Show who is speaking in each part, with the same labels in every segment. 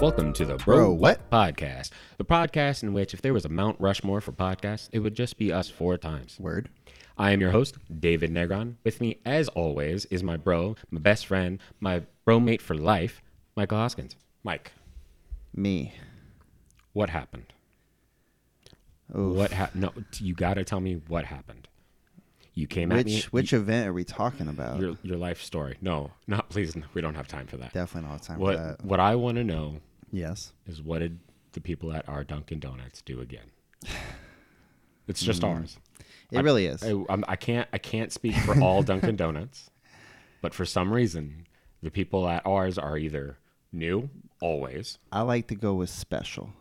Speaker 1: Welcome to the Bro,
Speaker 2: Bro,
Speaker 1: What
Speaker 2: what?
Speaker 1: Podcast, the podcast in which if there was a Mount Rushmore for podcasts, it would just be us four times.
Speaker 2: Word.
Speaker 1: I am your host, David Negron. With me, as always, is my bro, my best friend, my bromate for life, Michael Hoskins. Mike,
Speaker 2: Me.
Speaker 1: what happened?
Speaker 2: Oof.
Speaker 1: What happened? No, t- you got to tell me what happened. You came at me.
Speaker 2: Which which event are we talking about?
Speaker 1: Your, your life story. No, not please. no, We don't have time for that.
Speaker 2: Definitely not time
Speaker 1: what
Speaker 2: for that.
Speaker 1: What I want to know
Speaker 2: Yes.
Speaker 1: is what did the people at our Dunkin' Donuts do again? It's just ours.
Speaker 2: It really is.
Speaker 1: I, I'm, I can't I can't speak for all Dunkin' Donuts, but for some reason, the people at ours are either new always
Speaker 2: I like to go with special.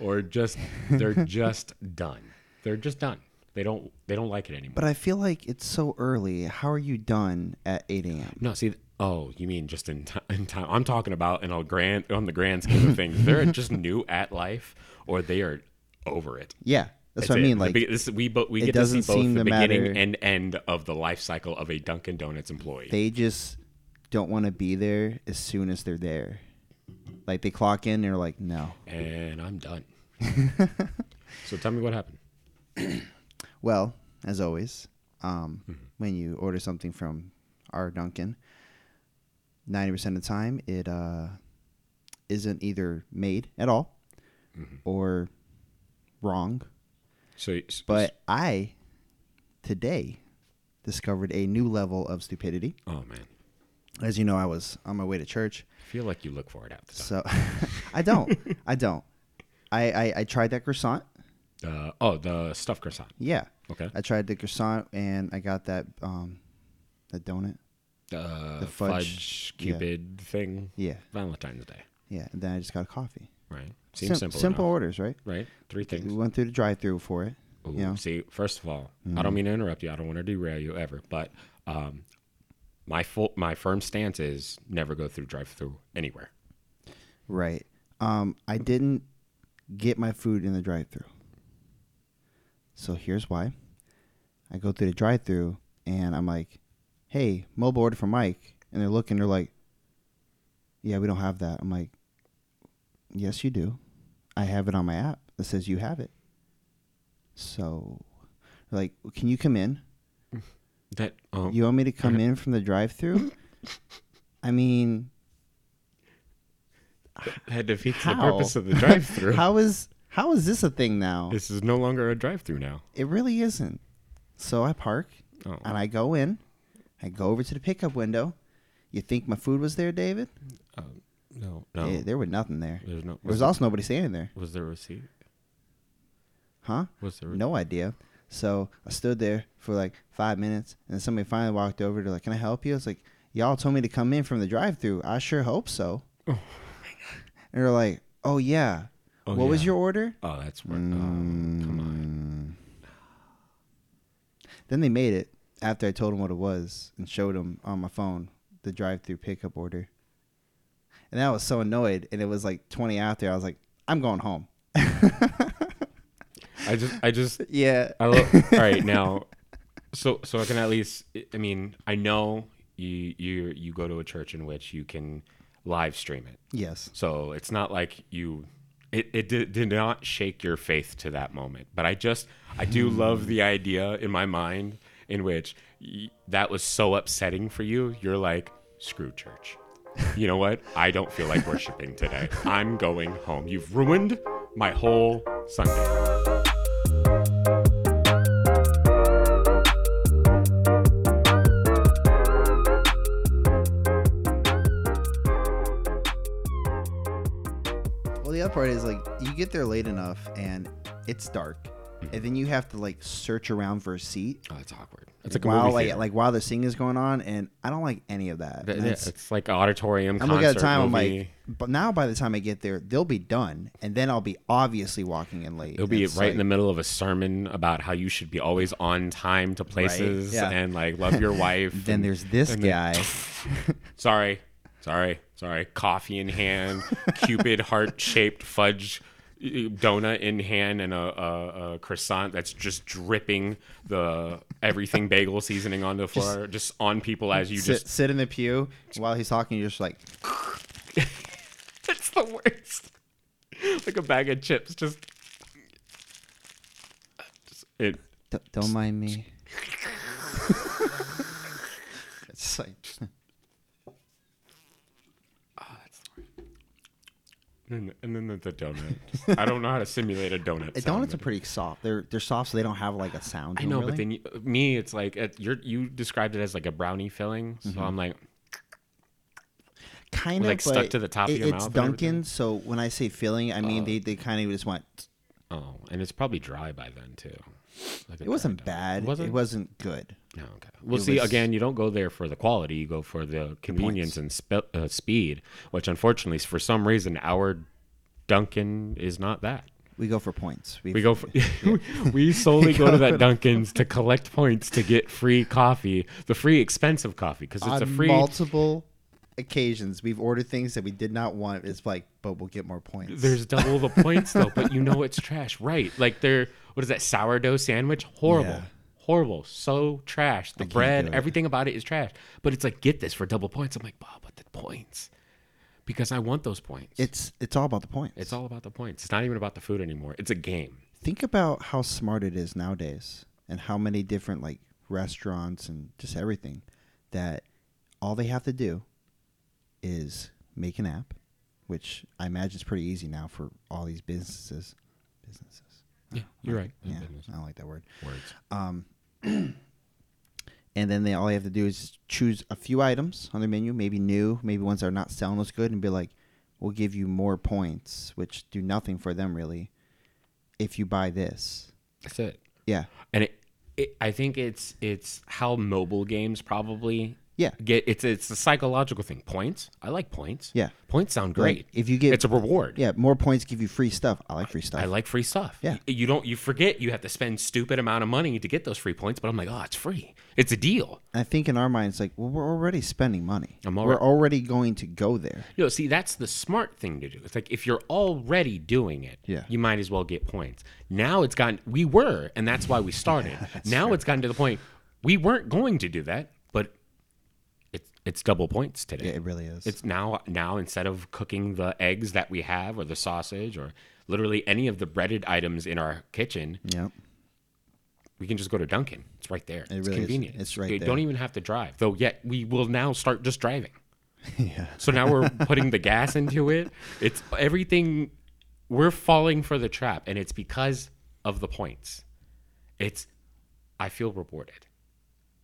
Speaker 1: or just they're just done. They're just done. They don't they don't like it anymore.
Speaker 2: But I feel like it's so early. How are you done at 8 a.m.?
Speaker 1: No, see, th- oh, you mean just in, ti in time? I'm talking about in a grand on the grand scheme of things, they're just new at life, or they are over it.
Speaker 2: Yeah, that's what I
Speaker 1: it.
Speaker 2: mean.
Speaker 1: The
Speaker 2: Like,
Speaker 1: be- this, we bo- we
Speaker 2: it
Speaker 1: get to see
Speaker 2: doesn't
Speaker 1: both
Speaker 2: seem
Speaker 1: the
Speaker 2: to
Speaker 1: beginning
Speaker 2: matter.
Speaker 1: and end of the life cycle of a Dunkin' Donuts employee.
Speaker 2: they just don't want to be there as soon as they're there. Like, they clock in, they're like, no.
Speaker 1: and I'm done. so tell me what happened.
Speaker 2: Well, as always, um, when you order something from our Dunkin', ninety percent of the time it uh, isn't either made at all or wrong.
Speaker 1: So s-
Speaker 2: But I today discovered a new level of stupidity.
Speaker 1: oh man,
Speaker 2: As you know, I was on my way to church,
Speaker 1: I feel like you look for it out the
Speaker 2: so I don't. I don't. I, I I tried that croissant.
Speaker 1: time. Uh, oh, the stuffed croissant.
Speaker 2: Yeah,
Speaker 1: Okay.
Speaker 2: I tried the croissant and I got that um, that donut.
Speaker 1: Uh,
Speaker 2: the fudge- yeah.
Speaker 1: cupid thing.
Speaker 2: Yeah.
Speaker 1: Valentine's Day.
Speaker 2: Yeah, and then I just got a coffee.
Speaker 1: Right. Seems
Speaker 2: Sim-
Speaker 1: simple.
Speaker 2: simple
Speaker 1: enough,
Speaker 2: orders, right?
Speaker 1: right? Three things.
Speaker 2: We went through the drive-through for it.
Speaker 1: Ooh,
Speaker 2: you know,
Speaker 1: See, first of all, I
Speaker 2: Mm-hmm.
Speaker 1: don't mean to interrupt you. I don't want to derail you ever, but um, my full, my firm stance is never go through drive-through anywhere.
Speaker 2: right? Um, I didn't get my food in the drive-through, so here's why. I go through the drive-through and I'm like, "Hey, mobile order for Mike," and they're looking. They're like, "Yeah, we don't have that." I'm like, "Yes, you do. I have it on my app that says you have it." So, they're like, "Can you come in?"
Speaker 1: That oh,
Speaker 2: You want me to come in from the drive-through? I mean,
Speaker 1: that defeats the
Speaker 2: how?
Speaker 1: purpose of the drive-through.
Speaker 2: how is how is this a thing now?
Speaker 1: this is no longer a drive-through now.
Speaker 2: It really isn't. So I park
Speaker 1: Oh,
Speaker 2: and I go in. I go over to the pickup window. You think my food was there, David?
Speaker 1: um, no, no.
Speaker 2: Eh, there was nothing there. There
Speaker 1: there's no. Was,
Speaker 2: was also nobody standing there,
Speaker 1: was there a receipt?
Speaker 2: huh?
Speaker 1: Was there?
Speaker 2: No idea. So I stood there for like five minutes, and then somebody finally walked over. They're like, "Can I help you?" I was like, "Y'all told me to come in from the drive-through. I sure hope so." And they're like, "Oh yeah,
Speaker 1: Oh,
Speaker 2: what was
Speaker 1: yeah.
Speaker 2: your order?"
Speaker 1: Oh, that's where. oh,
Speaker 2: Mm.
Speaker 1: come on.
Speaker 2: Then they made it after I told them what it was and showed them on my phone the drive-through pickup order. And I was so annoyed, and it was like 20 after. I was like, "I'm going home."
Speaker 1: I just, I just,
Speaker 2: Yeah,
Speaker 1: I love. all right now, so so I can at least. I mean, I know you you you go to a church in which you can live stream it,
Speaker 2: yes,
Speaker 1: so it's not like you. It, it did, did not shake your faith to that moment, but I just I do love the idea in my mind in which y- that was so upsetting for you. You're like screw church. You know what? I don't feel like worshiping today. I'm going home. You've ruined my whole Sunday.
Speaker 2: Well, the other part is like you get there late enough and it's dark, and then you have to like search around for a seat
Speaker 1: Oh, that's awkward. Mm-hmm. It's like a
Speaker 2: while
Speaker 1: movie
Speaker 2: like
Speaker 1: theater.
Speaker 2: like while the singing is going on, and I don't like any of that.
Speaker 1: Th-
Speaker 2: And
Speaker 1: yeah,
Speaker 2: it's-
Speaker 1: it's like an auditorium
Speaker 2: I'm
Speaker 1: concert
Speaker 2: looking at the time. I'm
Speaker 1: movie.
Speaker 2: like, but now by the time I get there, they'll be done, and then I'll be obviously walking in late.
Speaker 1: It'll be
Speaker 2: It's
Speaker 1: right in the
Speaker 2: like-
Speaker 1: middle of a sermon about how you should be always on time to places
Speaker 2: yeah.
Speaker 1: and like love your wife.
Speaker 2: Then
Speaker 1: and-
Speaker 2: there's this
Speaker 1: and then-
Speaker 2: guy.
Speaker 1: sorry, sorry, Sorry, coffee in hand, cupid heart shaped fudge uh, donut in hand, and a, a, a croissant that's just dripping the everything bagel seasoning onto the floor, just, on people as you
Speaker 2: Sit,
Speaker 1: just.
Speaker 2: sit in the pew while he's talking. You're just like,
Speaker 1: It's the worst. like a bag of chips, just. just it.
Speaker 2: "D- don't mind me. it's like,
Speaker 1: And and then the, the donut. Just- I don't know how to simulate a donut.
Speaker 2: the
Speaker 1: sound,
Speaker 2: donuts are pretty soft. They're they're soft, so they don't have like a sound.
Speaker 1: I know, but then you, me, it's like uh you're, you described it as like a brownie filling,
Speaker 2: Mm-hmm.
Speaker 1: so I'm like,
Speaker 2: kind of
Speaker 1: like, stuck to the top of your
Speaker 2: it's
Speaker 1: mouth and everything.
Speaker 2: Dunkin', so when I say filling, I mean they they kind of just went.
Speaker 1: oh, and it's probably dry by then too. Like a
Speaker 2: It wasn't
Speaker 1: dry donut.
Speaker 2: bad.
Speaker 1: It wasn't.
Speaker 2: It wasn't good.
Speaker 1: no, okay. Well,
Speaker 2: it
Speaker 1: see,
Speaker 2: was-
Speaker 1: again, you don't go there for the quality; you go for the convenience and spe- uh, speed. Which, unfortunately, for some reason, our Dunkin' is not that.
Speaker 2: We go for points.
Speaker 1: We go. For, we solely go to that Dunkin's to collect points to get free coffee, the free expensive coffee, because it's
Speaker 2: on
Speaker 1: a free.
Speaker 2: multiple occasions we've ordered things that we did not want. It's like, but we'll get more points.
Speaker 1: There's double the points though, but you know it's trash, right? Like they're what is that sourdough sandwich? Horrible,
Speaker 2: Yeah.
Speaker 1: horrible, so trash. The
Speaker 2: do
Speaker 1: bread,
Speaker 2: it.
Speaker 1: everything about it is trash. But it's like get this for double points. I'm like Bob, what the points? Because I want those points.
Speaker 2: it's it's all about the points.
Speaker 1: it's all about the points. It's not even about the food anymore. It's a game.
Speaker 2: think about how smart it is nowadays and how many different like restaurants and just everything that all they have to do is make an app which i imagine is pretty easy now for all these businesses businesses
Speaker 1: Yeah, you're right.
Speaker 2: yeah i don't like that word
Speaker 1: Mm,
Speaker 2: Um,
Speaker 1: Words.
Speaker 2: and then they all they have to do is just choose a few items on the menu maybe new maybe ones that are not selling as good and be like we'll give you more points which do nothing for them really if you buy this
Speaker 1: That's it.
Speaker 2: yeah
Speaker 1: and it, it i think it's it's how mobile games probably
Speaker 2: Yeah.
Speaker 1: get it's it's a psychological thing points i like points
Speaker 2: Yeah.
Speaker 1: points sound
Speaker 2: Like,
Speaker 1: great
Speaker 2: if you get-
Speaker 1: it's a reward
Speaker 2: Yeah, more points give you free stuff. I like free stuff.
Speaker 1: I like free stuff.
Speaker 2: Yeah.
Speaker 1: Y- You don't you forget you have to spend stupid amount of money to get those free points, but I'm like, "Oh, it's free. It's a deal."
Speaker 2: I think in our mind, it's like, well, we're already spending money.
Speaker 1: I'm
Speaker 2: we're
Speaker 1: alre-
Speaker 2: already going to go there.
Speaker 1: You know, see, that's the smart thing to do. It's like if you're already doing it,
Speaker 2: Yeah.
Speaker 1: you might as well get points. Now it's gotten we were, and that's why we started. now it's gotten to the point we weren't going to do that, but it's it's double points today.
Speaker 2: Yeah, it really is.
Speaker 1: It's now now instead of cooking the eggs that we have or the sausage or literally any of the breaded items in our kitchen,
Speaker 2: yep.
Speaker 1: we can just go to Dunkin'. It's right there. it's
Speaker 2: really is.
Speaker 1: convenient.
Speaker 2: It's right
Speaker 1: We
Speaker 2: there.
Speaker 1: don't even have to drive. Though yet we will now start just driving.
Speaker 2: yeah.
Speaker 1: So now we're putting the gas into it. It's everything we're falling for the trap and it's because of the points. It's I feel rewarded.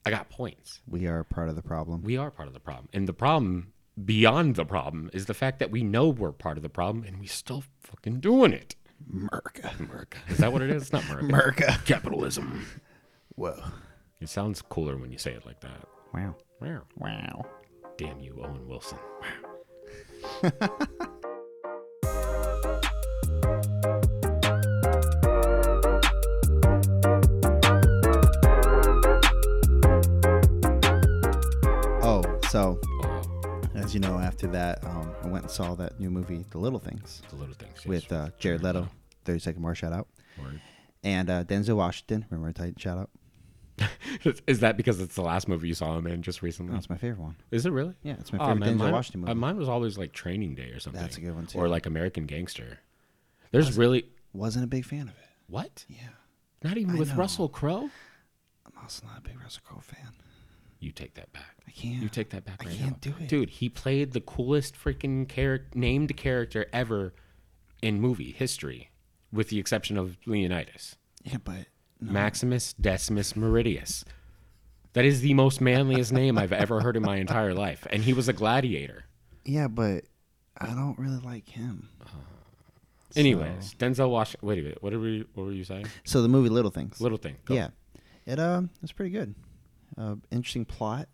Speaker 1: I got points
Speaker 2: We are part of the problem.
Speaker 1: we are part of the problem. And the problem beyond the problem is the fact that we know we're part of the problem and we still fucking doing it.
Speaker 2: Merca.
Speaker 1: America. Is that what it is? It's not America.
Speaker 2: Merca.
Speaker 1: Capitalism.
Speaker 2: Whoa.
Speaker 1: It sounds cooler when you say it like that.
Speaker 2: Wow.
Speaker 1: Wow.
Speaker 2: Wow.
Speaker 1: Damn you, Owen Wilson.
Speaker 2: Oh, so
Speaker 1: Oh,
Speaker 2: as you know, after that, um, I went and saw that new movie, The Little Things,
Speaker 1: the little things. yes.
Speaker 2: with uh, Jared Leto. Thirty second more shout out,
Speaker 1: Word.
Speaker 2: and uh, Denzel Washington. Remember Titan shout out.
Speaker 1: is that because it's the last movie you saw him in just recently?
Speaker 2: That's my favorite one.
Speaker 1: Is it really?
Speaker 2: Yeah, it's my
Speaker 1: Oh,
Speaker 2: favorite
Speaker 1: man,
Speaker 2: Denzel
Speaker 1: mine,
Speaker 2: Washington movie.
Speaker 1: uh, mine was always like Training Day or something.
Speaker 2: a good one, too.
Speaker 1: Or like American Gangster. There's really
Speaker 2: Wasn't a big fan of it.
Speaker 1: what?
Speaker 2: Yeah,
Speaker 1: Not even
Speaker 2: I
Speaker 1: with
Speaker 2: know.
Speaker 1: Russell Crowe.
Speaker 2: I'm also not a big Russell Crowe fan.
Speaker 1: You take that back.
Speaker 2: I can't.
Speaker 1: You take that back.
Speaker 2: I
Speaker 1: right
Speaker 2: can't
Speaker 1: now.
Speaker 2: do it.
Speaker 1: dude. He played the coolest freaking character, named character ever in movie history, with the exception of Leonidas,
Speaker 2: Yeah, but
Speaker 1: Maximus Decimus Meridius. That is the most manliest name I've ever heard in my entire life, and he was a gladiator.
Speaker 2: Yeah, but I don't really like him.
Speaker 1: Anyways, Denzel Washington. Wait a minute. What are we? What were you saying?
Speaker 2: So the movie Little Things.
Speaker 1: Little thing. Go.
Speaker 2: yeah, it um it's pretty good. Uh, interesting plot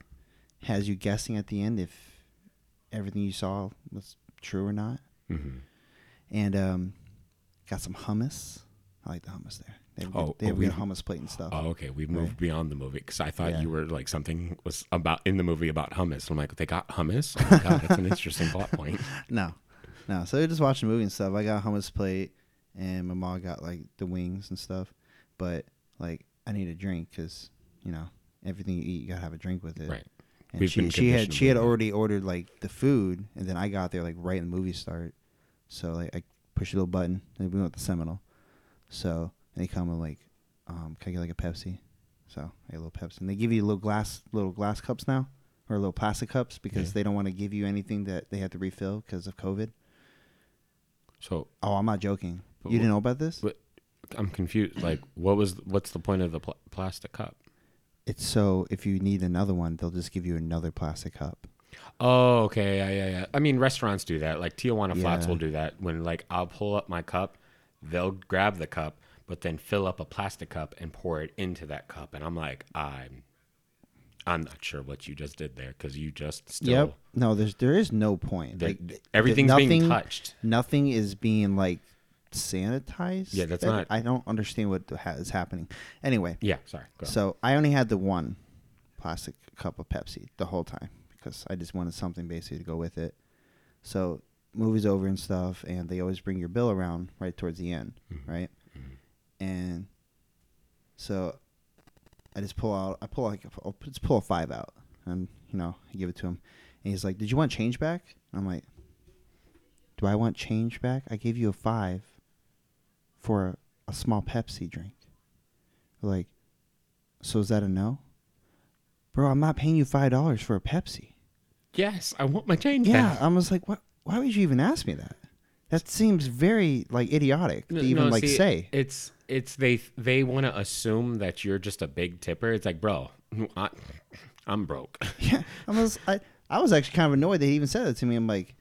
Speaker 2: has you guessing at the end if everything you saw was true or not.
Speaker 1: Mhm.
Speaker 2: And um, got some hummus. I like the hummus there. They have,
Speaker 1: Oh,
Speaker 2: good, they
Speaker 1: oh,
Speaker 2: have good
Speaker 1: we-
Speaker 2: hummus plate and stuff.
Speaker 1: Oh, okay. We've moved beyond the movie because I thought
Speaker 2: Yeah.
Speaker 1: you were like something was about in the movie about hummus. I'm like, they got hummus. Oh my god, that's an interesting plot point.
Speaker 2: No, no. So we were just watching a movie and stuff. I got a hummus plate, and my mom got like the wings and stuff. But like, I need a drink because you know everything you eat, you gotta have a drink with it.
Speaker 1: Right.
Speaker 2: And
Speaker 1: We've
Speaker 2: she
Speaker 1: been
Speaker 2: she had
Speaker 1: conditioned
Speaker 2: she had
Speaker 1: with that.
Speaker 2: already ordered like the food, and then I got there like right in the movie start. So like, I pushed a little button, and we went to Seminole. So and they come and like, um, can I get like a Pepsi? So I got a little Pepsi, and they give you little glass little glass cups now, or little plastic cups because
Speaker 1: Yeah.
Speaker 2: they don't want to give you anything that they have to refill because of COVID.
Speaker 1: So
Speaker 2: Oh, I'm not joking.
Speaker 1: But
Speaker 2: you
Speaker 1: wh-
Speaker 2: didn't know about this?
Speaker 1: what, I'm confused. Like, what was what's the point of the pl- plastic cup?
Speaker 2: It's so if you need another one, they'll just give you another plastic cup.
Speaker 1: Oh, okay, yeah, yeah, yeah. I mean, restaurants do that. Like Tijuana Flats
Speaker 2: Yeah.
Speaker 1: will do that. When like I'll pull up my cup, they'll grab the cup, but then fill up a plastic cup and pour it into that cup, and I'm like, I'm, I'm not sure what you just did there because you just still.
Speaker 2: No, there's there is no point.
Speaker 1: The-
Speaker 2: Like
Speaker 1: the-
Speaker 2: th-
Speaker 1: everything's being
Speaker 2: nothing-
Speaker 1: touched.
Speaker 2: Nothing is being like sanitized.
Speaker 1: Yeah, that's
Speaker 2: That-
Speaker 1: not-
Speaker 2: I don't understand what the ha- is happening. Anyway,
Speaker 1: Yeah, sorry. Go so,
Speaker 2: so I only had the one plastic cup of Pepsi the whole time because I just wanted something basically to go with it. So movies over and stuff, and they always bring your bill around right towards the end, right? And so I just pull out, I pull like, I'll just pull a five out, and you know, I give it to him, and he's like, "Did you want change back?" And I'm like, "Do I want change back? I gave you a five for a, a small Pepsi drink." Like, so is that a no? Bro, I'm not paying you five dollars for a Pepsi.
Speaker 1: yes, I want my change.
Speaker 2: Yeah,
Speaker 1: back.
Speaker 2: I was like, what? Why would you even ask me that? That seems very like idiotic to
Speaker 1: No,
Speaker 2: even
Speaker 1: no,
Speaker 2: like
Speaker 1: see,
Speaker 2: say.
Speaker 1: it's it's they they want to assume that you're just a big tipper. It's like, bro, I, I'm broke.
Speaker 2: yeah, I was I, I was actually kind of annoyed that he even said that to me. I'm like,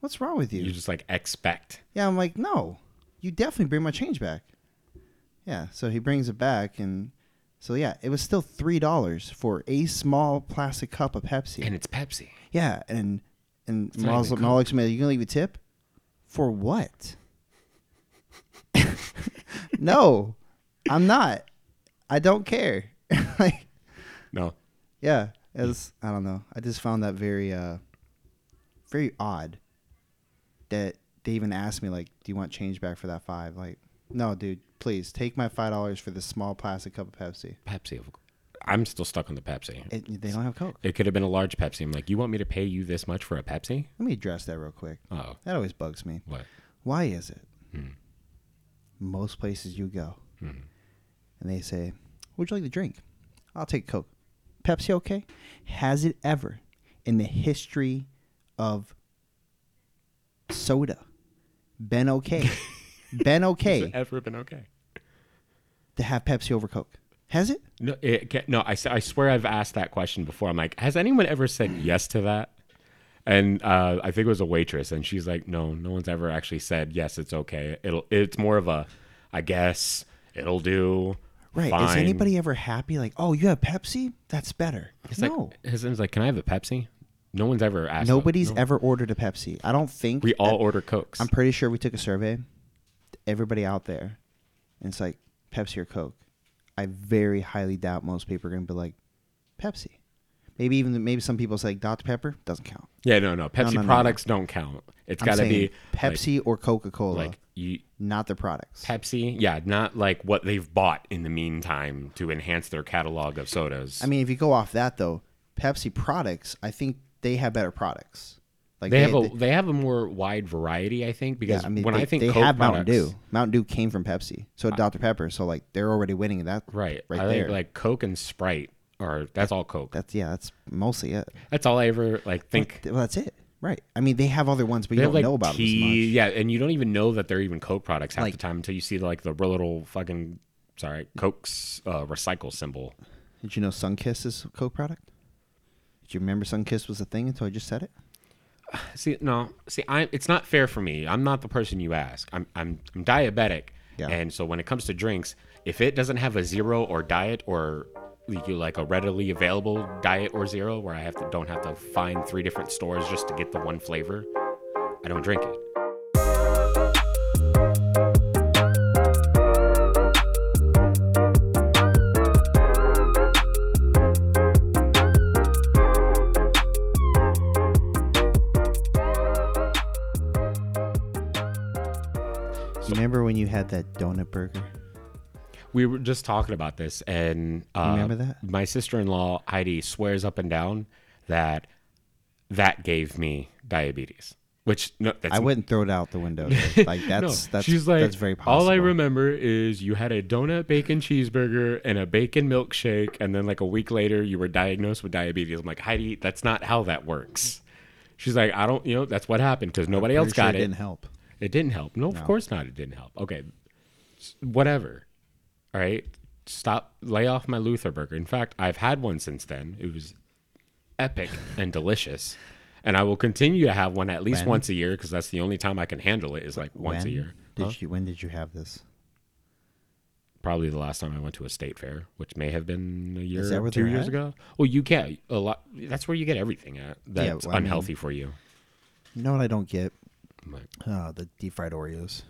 Speaker 2: what's wrong with you?
Speaker 1: You just like expect.
Speaker 2: yeah, I'm like, no, you definitely bring my change back. Yeah, so he brings it back, and so yeah, it was still three dollars for a small plastic cup of Pepsi.
Speaker 1: And it's Pepsi.
Speaker 2: Yeah, and and
Speaker 1: not
Speaker 2: Miles
Speaker 1: even
Speaker 2: Malik looks at me, you gonna leave a tip? For what? no, I'm not. I don't care. like,
Speaker 1: No,
Speaker 2: yeah, as I don't know. I just found that very, uh very odd that they even asked me like, "Do you want change back for that five? Like, no, dude, please take my five dollars for this small plastic cup of Pepsi.
Speaker 1: Pepsi. I'm still stuck on the Pepsi. It,
Speaker 2: It, they don't have Coke.
Speaker 1: could have been a large Pepsi. I'm like, you want me to pay you this much for a Pepsi?
Speaker 2: Let me address that real quick.
Speaker 1: Oh,
Speaker 2: That always bugs me.
Speaker 1: what?
Speaker 2: Why is it?
Speaker 1: Hmm.
Speaker 2: Most places you go, and they say, "Would you like to drink?" I'll take Coke. Pepsi, okay? Has it ever in the history of soda been okay? been
Speaker 1: Has it
Speaker 2: okay
Speaker 1: ever been okay?
Speaker 2: to have Pepsi over Coke? Has it?
Speaker 1: No, it, ca- no. I, s- I swear I've asked that question before. I'm like, has anyone ever said yes to that? And uh, I think it was a waitress, and she's like, no, no one's ever actually said yes. It's okay. It'll. It's more of a, I guess it'll do.
Speaker 2: Right. Is
Speaker 1: Fine.
Speaker 2: anybody ever happy? Like, oh, you have Pepsi? That's better.
Speaker 1: It's like,
Speaker 2: no.
Speaker 1: his name's like, can I have a Pepsi? No one's ever asked. that.
Speaker 2: Nobody's
Speaker 1: No.
Speaker 2: ever ordered a Pepsi. I don't think
Speaker 1: We all order cokes.
Speaker 2: I'm pretty sure we took a survey. Everybody out there, and it's like Pepsi or Coke. I very highly doubt most people are going to be like Pepsi. Maybe even maybe some people say like Dr Pepper doesn't count.
Speaker 1: yeah, no, no. Pepsi
Speaker 2: no, no.
Speaker 1: products don't count. It's
Speaker 2: I'm
Speaker 1: got to
Speaker 2: saying
Speaker 1: be like-
Speaker 2: Pepsi or Coca Cola,
Speaker 1: like you
Speaker 2: not the products.
Speaker 1: Pepsi, yeah, not like what they've bought in the meantime to enhance their catalog of sodas.
Speaker 2: I mean, if you go off that though, Pepsi products, I think they have better products. Like
Speaker 1: they have a they have a more wide variety, I think, because
Speaker 2: I mean,
Speaker 1: when
Speaker 2: they,
Speaker 1: I think
Speaker 2: they
Speaker 1: Coke
Speaker 2: have Mountain
Speaker 1: products-
Speaker 2: Dew. Mountain Dew came from Pepsi, so did Dr Pepper. So like they're already winning at that
Speaker 1: right?
Speaker 2: right
Speaker 1: I
Speaker 2: there.
Speaker 1: think like Coke and Sprite are that's all Coke.
Speaker 2: that's yeah, that's mostly it.
Speaker 1: That's all I ever like think.
Speaker 2: Well, that's it. Right. I mean, they have other ones, but you
Speaker 1: They
Speaker 2: don't
Speaker 1: have like
Speaker 2: know about
Speaker 1: tea,
Speaker 2: them
Speaker 1: yeah, and you don't even know that they're even Coke products half
Speaker 2: Like-
Speaker 1: the time until you see like the real little fucking sorry Coke's uh, recycle symbol.
Speaker 2: as much. Did you know Sunkiss is a co-product? Did you remember Sunkiss was a thing until I just said it?
Speaker 1: See, no, see, I it's not fair for me. I'm not the person you ask. I'm I'm, I'm diabetic,
Speaker 2: Yeah.
Speaker 1: and so when it comes to drinks, if it doesn't have a zero or diet or like, you like a readily available diet or zero, where I have to don't have to find three different stores just to get the one flavor, I don't drink it.
Speaker 2: Remember when you had that donut burger?
Speaker 1: We were just talking about this, and uh,
Speaker 2: Remember that?
Speaker 1: my sister-in-law Heidi swears up and down that that gave me diabetes. Which no, that's
Speaker 2: I wouldn't throw it out the window. dude. Like that's that's
Speaker 1: she's like
Speaker 2: that's very possible.
Speaker 1: all I remember is you had a donut bacon cheeseburger and a bacon milkshake, and then like a week later you were diagnosed with diabetes. I'm like Heidi, that's not how that works. She's like, I don't, you know, that's what happened because nobody else
Speaker 2: Pretty sure
Speaker 1: got it.
Speaker 2: Didn't help.
Speaker 1: It didn't help. No, of course not. It didn't help. Okay, S- whatever. All right, stop. Lay off my Luther burger. In fact, I've had one since then. It was epic and delicious, and I will continue to have one at least once a year because that's the only time I can handle it. Is like once
Speaker 2: when
Speaker 1: a year.
Speaker 2: Did you? When did you have this?
Speaker 1: Probably the last time I went to a state fair, which may have been a year,
Speaker 2: that where
Speaker 1: two
Speaker 2: they're
Speaker 1: years
Speaker 2: at?
Speaker 1: ago. Well, you get a lot. That's where you get everything at. That's
Speaker 2: well, I mean-
Speaker 1: unhealthy for you.
Speaker 2: You know what I don't get?
Speaker 1: I'm like,
Speaker 2: Uh, the deep fried Oreos.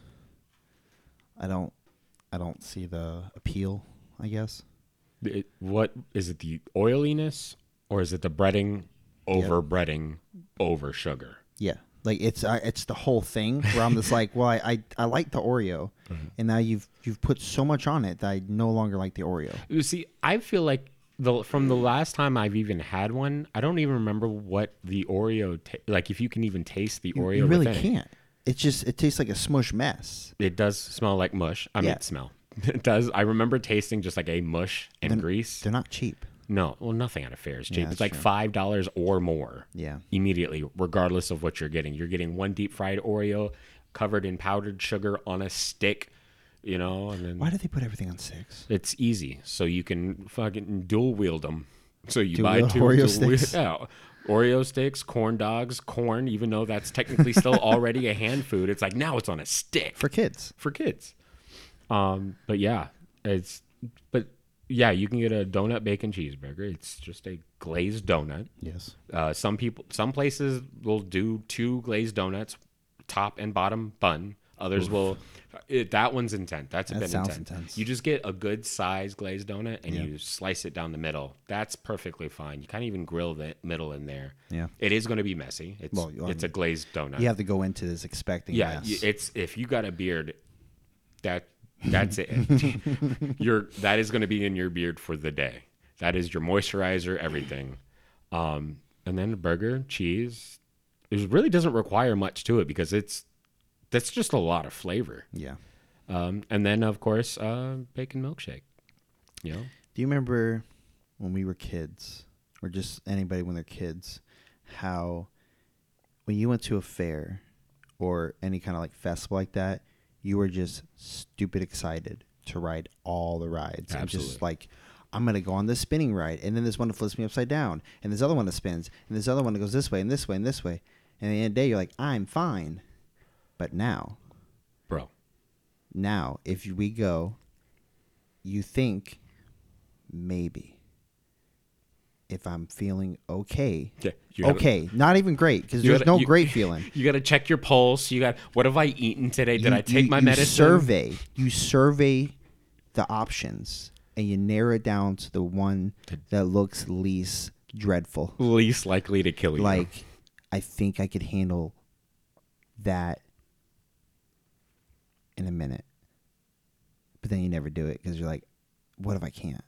Speaker 2: I don't. I don't see the appeal. I guess.
Speaker 1: it- what is it the oiliness or is it the breading over breading over sugar
Speaker 2: Yeah, like it's uh, it's the whole thing where I'm just like, well, I I, I like the Oreo,
Speaker 1: Mm-hmm.
Speaker 2: and now you've you've put so much on it that I no longer like the Oreo.
Speaker 1: you see i feel like the from the last time i've even had one i don't even remember what the oreo ta- like if you can even taste the oreo
Speaker 2: you really
Speaker 1: within it.
Speaker 2: can't. It's just it tastes like a smush mess.
Speaker 1: it does smell like mush i mean
Speaker 2: Yeah.
Speaker 1: smell it does i remember tasting just like a mush and grease
Speaker 2: They're not cheap.
Speaker 1: no well nothing at a fair is cheap
Speaker 2: that's
Speaker 1: it's like five dollars or more
Speaker 2: Yeah.
Speaker 1: immediately, regardless of what you're getting. You're getting one deep fried Oreo covered in powdered sugar on a stick, you know, and then
Speaker 2: Why do they put everything on six?
Speaker 1: it's easy. So you can fucking dual wield them. So you buy
Speaker 2: Dual
Speaker 1: two
Speaker 2: Oreo
Speaker 1: dual
Speaker 2: sticks?
Speaker 1: yeah, Oreo sticks, corn dogs, corn, even though that's technically still already a hand food. It's like now it's on a stick
Speaker 2: For kids.
Speaker 1: for kids. Um, but yeah, it's but yeah, you can get a donut bacon cheeseburger. It's just a glazed donut.
Speaker 2: Yes.
Speaker 1: Uh, some people, some places will do two glazed donuts, top and bottom bun. Others will. It, that one's intent. That's a
Speaker 2: That
Speaker 1: bit
Speaker 2: sounds
Speaker 1: intent.
Speaker 2: intense.
Speaker 1: You just get a good size glazed donut and you slice it down the middle. That's perfectly fine. You can't even grill the middle in there.
Speaker 2: Yeah.
Speaker 1: It is going to be messy. It's
Speaker 2: Well, you- um, I
Speaker 1: it's a glazed donut.
Speaker 2: You have to go into this expecting
Speaker 1: Yeah,
Speaker 2: mess.
Speaker 1: y- it's if you got a beard, that that's it. your that is going to be in your beard for the day. That is your moisturizer, everything. Um, and then the burger, cheese. It really doesn't require much to it because it's that's just a lot of flavor.
Speaker 2: yeah.
Speaker 1: Um, and then of course, uh, bacon milkshake. You know,
Speaker 2: Do you remember when we were kids, or just anybody when they're kids, how when you went to a fair or any kind of like festival like that, you were just stupid excited to ride all the rides. And
Speaker 1: Absolutely.
Speaker 2: just like, I'm gonna go on this spinning ride, and then this one that flips me upside down, and this other one that spins, and this other one that goes this way and this way and this way. And at the end of the day, you're like, I'm fine. But now
Speaker 1: bro.
Speaker 2: now if we go you think maybe if i'm feeling okay
Speaker 1: Yeah, you gotta-
Speaker 2: okay not even great because
Speaker 1: you
Speaker 2: there's
Speaker 1: gotta-
Speaker 2: no
Speaker 1: you-
Speaker 2: great feeling
Speaker 1: You got to check your pulse. You got what have I eaten today? Did
Speaker 2: You-
Speaker 1: I take
Speaker 2: you-
Speaker 1: my
Speaker 2: you
Speaker 1: medicine?
Speaker 2: survey you survey the options and you narrow it down to the one that looks least dreadful
Speaker 1: Least likely to kill you.
Speaker 2: like i think i could handle that in a minute but then you never do it because you're like what if i can't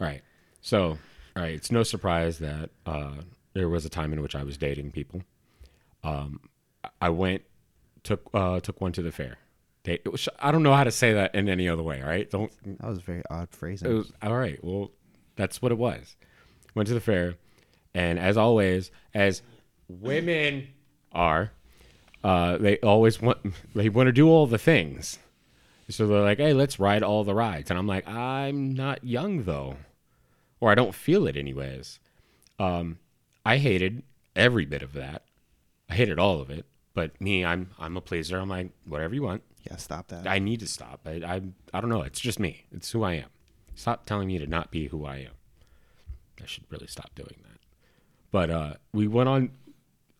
Speaker 1: All right. So, all right. It's no surprise that uh, there was a time in which I was dating people. Um, I went took uh, took one to the fair. Date. which I don't know how to say that in any other way. All right. Don't.
Speaker 2: That was very odd phrasing.
Speaker 1: It was, all right. Well, that's what it was. Went to the fair, and as always, as women are, uh, they always want they want to do all the things. So they're like, "Hey, let's ride all the rides," and I'm like, "I'm not young though." or I don't feel it anyways. Um, I hated every bit of that. I hated all of it. But me, I'm I'm a pleaser. I'm like whatever you want.
Speaker 2: yeah, stop that.
Speaker 1: I need to stop. I I, I don't know. It's just me. It's who I am. Stop telling me to not be who I am. I should really stop doing that. But uh, we went on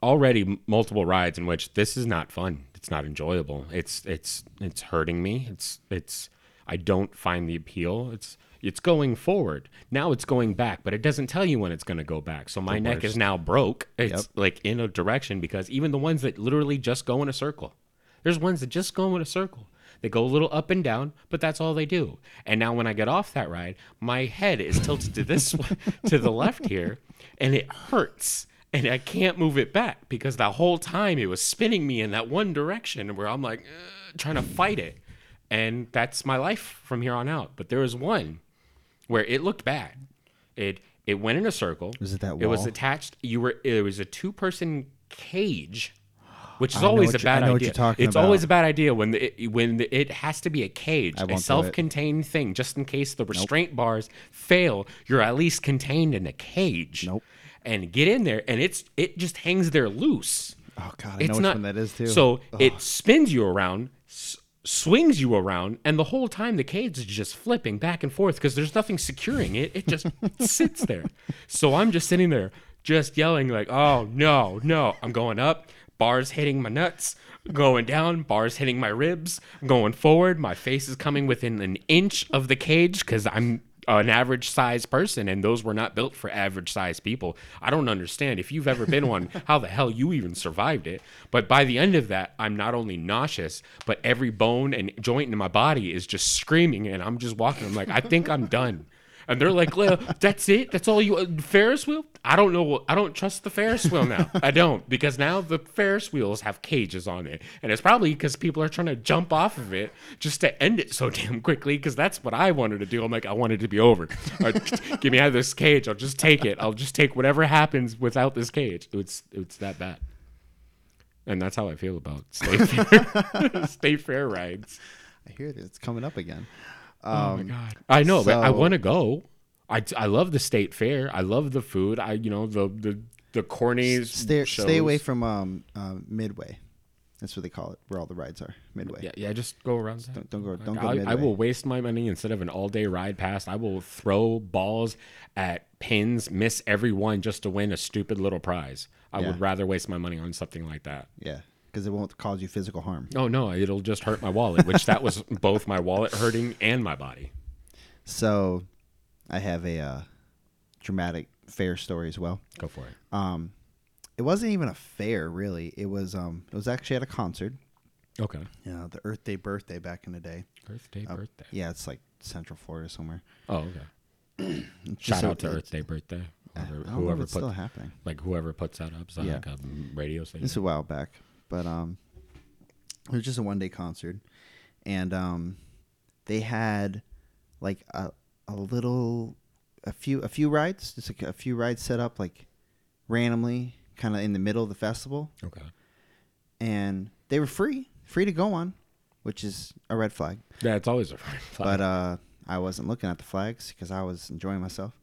Speaker 1: already m- multiple rides in which this is not fun. It's not enjoyable. It's it's it's hurting me. It's it's I don't find the appeal. It's it's going forward. Now it's going back, but it doesn't tell you when it's going to go back. So my neck is now broke. It's like in a direction because even the ones that literally just go in a circle. There's ones that just go in a circle. They go a little up and down, but that's all they do. And now when I get off that ride, my head is tilted to this one, to the left here, and it hurts. And I can't move it back because the whole time it was spinning me in that one direction where I'm like "Ugh," trying to fight it. And that's my life from here on out. But there was one where it looked bad. It it went in a circle.
Speaker 2: Was it that
Speaker 1: It was
Speaker 2: wall?
Speaker 1: attached. You were. It was a two person cage, which is
Speaker 2: know
Speaker 1: always a
Speaker 2: what you- I
Speaker 1: bad
Speaker 2: know
Speaker 1: idea.
Speaker 2: what you're talking
Speaker 1: it's
Speaker 2: about.
Speaker 1: always a bad idea when the, it, when the, it has to be a cage,
Speaker 2: won't do
Speaker 1: a
Speaker 2: it.
Speaker 1: self contained thing, just in case the restraint bars fail. You're at least contained in a cage.
Speaker 2: Nope.
Speaker 1: And get in there, and it's it just hangs there loose.
Speaker 2: Oh God, I know
Speaker 1: It's
Speaker 2: which
Speaker 1: not
Speaker 2: one that is too.
Speaker 1: So it spins you around, s- swings you around, and the whole time the cage is just flipping back and forth because there's nothing securing it. It just sits there. So I'm just sitting there, just yelling like, "Oh no, no!" I'm going up, bars hitting my nuts, going down, bars hitting my ribs, going forward. My face is coming within an inch of the cage because I'm an average sized person and those were not built for average sized people. I don't understand if you've ever been one how the hell you even survived it. But by the end of that, I'm not only nauseous, but every bone and joint in my body is just screaming and I'm just walking I'm like I think I'm done. And they're like, "Well, that's it. That's all you uh, Ferris wheel? I don't know. what- I don't trust the Ferris wheel now. I don't because now the Ferris wheels have cages on it, and it's probably because people are trying to jump off of it just to end it so damn quickly. Because that's what I wanted to do. I'm like, I wanted to be over. Or, Get me out of this cage. I'll just take it. I'll just take whatever happens without this cage. It's it's that bad. And that's how I feel about stay fair, stay fair rides.
Speaker 2: I hear that it's coming up again.
Speaker 1: Oh my god! I know, but I
Speaker 2: so-
Speaker 1: want to go. I, I love the state fair. I love the food. I you know the the the corny
Speaker 2: Stay,
Speaker 1: shows.
Speaker 2: stay away from um, um, Midway. That's what they call it, where all the rides are. Midway.
Speaker 1: Yeah, yeah. Just go around. that.
Speaker 2: Don't, don't go. Don't go.
Speaker 1: I,
Speaker 2: Midway.
Speaker 1: I will waste my money instead of an all day ride pass. I will throw balls at pins, miss every one just to win a stupid little prize. I
Speaker 2: Yeah.
Speaker 1: would rather waste my money on something like that.
Speaker 2: Yeah, because it won't cause you physical harm.
Speaker 1: Oh no, it'll just hurt my wallet, which that was both my wallet hurting and my body.
Speaker 2: So, I have a uh, dramatic fair story as well.
Speaker 1: Go for it.
Speaker 2: Um, it wasn't even a fair, really. It was. Um, it was actually at a concert.
Speaker 1: Okay.
Speaker 2: You know, the Earth Day birthday back in the day.
Speaker 1: Earth Day,
Speaker 2: uh,
Speaker 1: birthday.
Speaker 2: Yeah, it's like Central Florida somewhere.
Speaker 1: Oh, okay.
Speaker 2: It's just
Speaker 1: Shout
Speaker 2: so-
Speaker 1: out to
Speaker 2: it-
Speaker 1: Earth Day birthday. Whoever,
Speaker 2: I don't know if
Speaker 1: whoever
Speaker 2: it's still
Speaker 1: put
Speaker 2: happening.
Speaker 1: like whoever puts that up, so
Speaker 2: Yeah.
Speaker 1: like a radio station.
Speaker 2: This is a while back, but um, it was just a one day concert, and um, they had like a a little a few a few rides, just like a few rides set up like randomly, kind of in the middle of the festival,
Speaker 1: Okay.
Speaker 2: and they were free, free to go on, which is a red flag.
Speaker 1: Yeah, it's always a
Speaker 2: But uh, I wasn't looking at the flags because I was enjoying myself.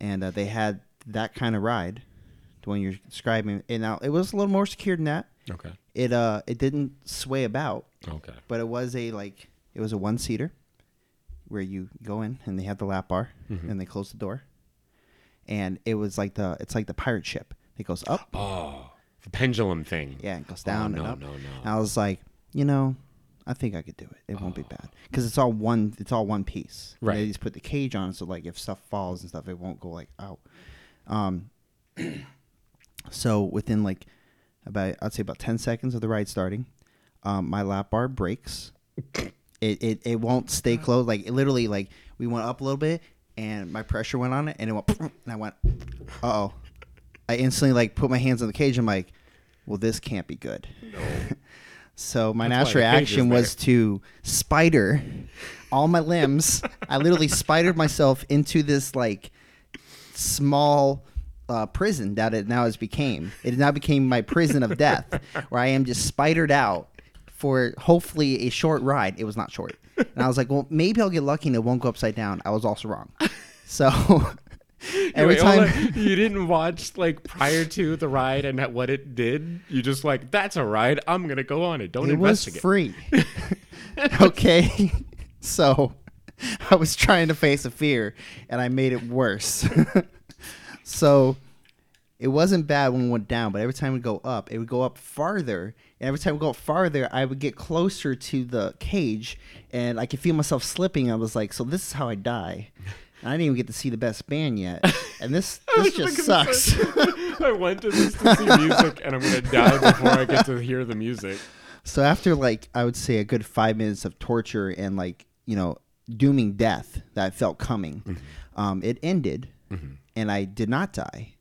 Speaker 2: And uh, they had that kind of ride, the one you're describing. And now it was a little more secure than that.
Speaker 1: okay.
Speaker 2: It uh, it didn't sway about,
Speaker 1: Okay.
Speaker 2: but it was a like it was a one seater, where you go in and they have the lap bar and they close the door, and it was like the it's like the pirate ship. It goes up,
Speaker 1: Oh, the pendulum thing.
Speaker 2: yeah, it goes down
Speaker 1: Oh, no,
Speaker 2: and up.
Speaker 1: no, no.
Speaker 2: And I was like, you know, I think I could do it. It won't be bad because it's all one. It's all one piece. And
Speaker 1: Oh. Right.
Speaker 2: They just put the cage on, so like if stuff falls and stuff, it won't go like out. Um. so within like about I'd say about ten seconds of the ride starting, um, my lap bar breaks. it, it it won't stay
Speaker 1: Mm.
Speaker 2: closed. Like it literally, like we went up a little bit, and my pressure went on it, and it went, and I went, uh oh. I instantly like put my hands on the cage. I'm like, well, this can't be good. So my
Speaker 1: That's why
Speaker 2: natural
Speaker 1: the cage is
Speaker 2: reaction was to spider all my limbs. I literally spidered myself into this like small uh, prison that it now has became. It now became my prison of death, where I am just spidered out for hopefully a short ride. It was not short, and I was like, well, maybe I'll get lucky and it won't go upside down. I was also wrong. So every
Speaker 1: Wait, hold
Speaker 2: time.
Speaker 1: on. you didn't watch like prior to the ride and at what it did, you just like that's a ride. I'm gonna go on it. Don't
Speaker 2: it was
Speaker 1: investigate.
Speaker 2: free. okay. so I was trying to face a fear and I made it worse. so it wasn't bad when it went down, but every time we go up, it would go up farther. And every time we go up farther, I would get closer to the cage and I could feel myself slipping. I was like, so this is how I die. And I didn't even get to see the best band yet. And this this just sucks.
Speaker 1: I went to this to see music, and I'm gonna die before I get to hear the music.
Speaker 2: So after like I would say a good five minutes of torture and like you know dooming death that I felt coming, um, it ended, and I did not die.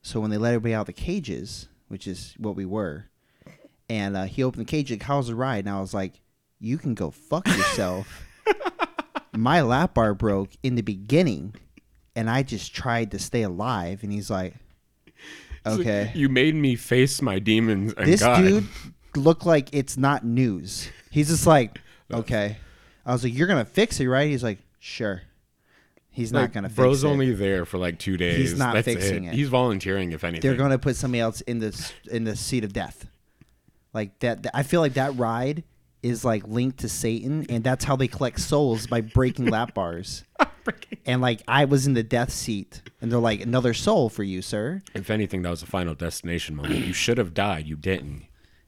Speaker 2: So when they let everybody out of the cages, which is what we were, and uh, he opened the cage like, "How's the ride?" And I was like, "You can go fuck yourself." My lap bar broke in the beginning, and I just tried to stay alive. And he's like, "Okay."
Speaker 1: You made me face my demons and
Speaker 2: this
Speaker 1: God.
Speaker 2: dude looked like it's not news. He's just like, okay. I was like, you're gonna fix it, right? He's like, sure. He's not
Speaker 1: Like,
Speaker 2: gonna fix
Speaker 1: bro's
Speaker 2: it.
Speaker 1: only there for like two days.
Speaker 2: not
Speaker 1: That's
Speaker 2: fixing it.
Speaker 1: He's volunteering, if anything.
Speaker 2: They're gonna put somebody else in this in the seat of death. Like that. th- I feel like that ride is like linked to Satan, and that's how they collect souls by breaking lap bars. And like I was in the death seat, and they're like, another soul for you, sir.
Speaker 1: if anything, that was a final destination moment. You should have died. You didn't.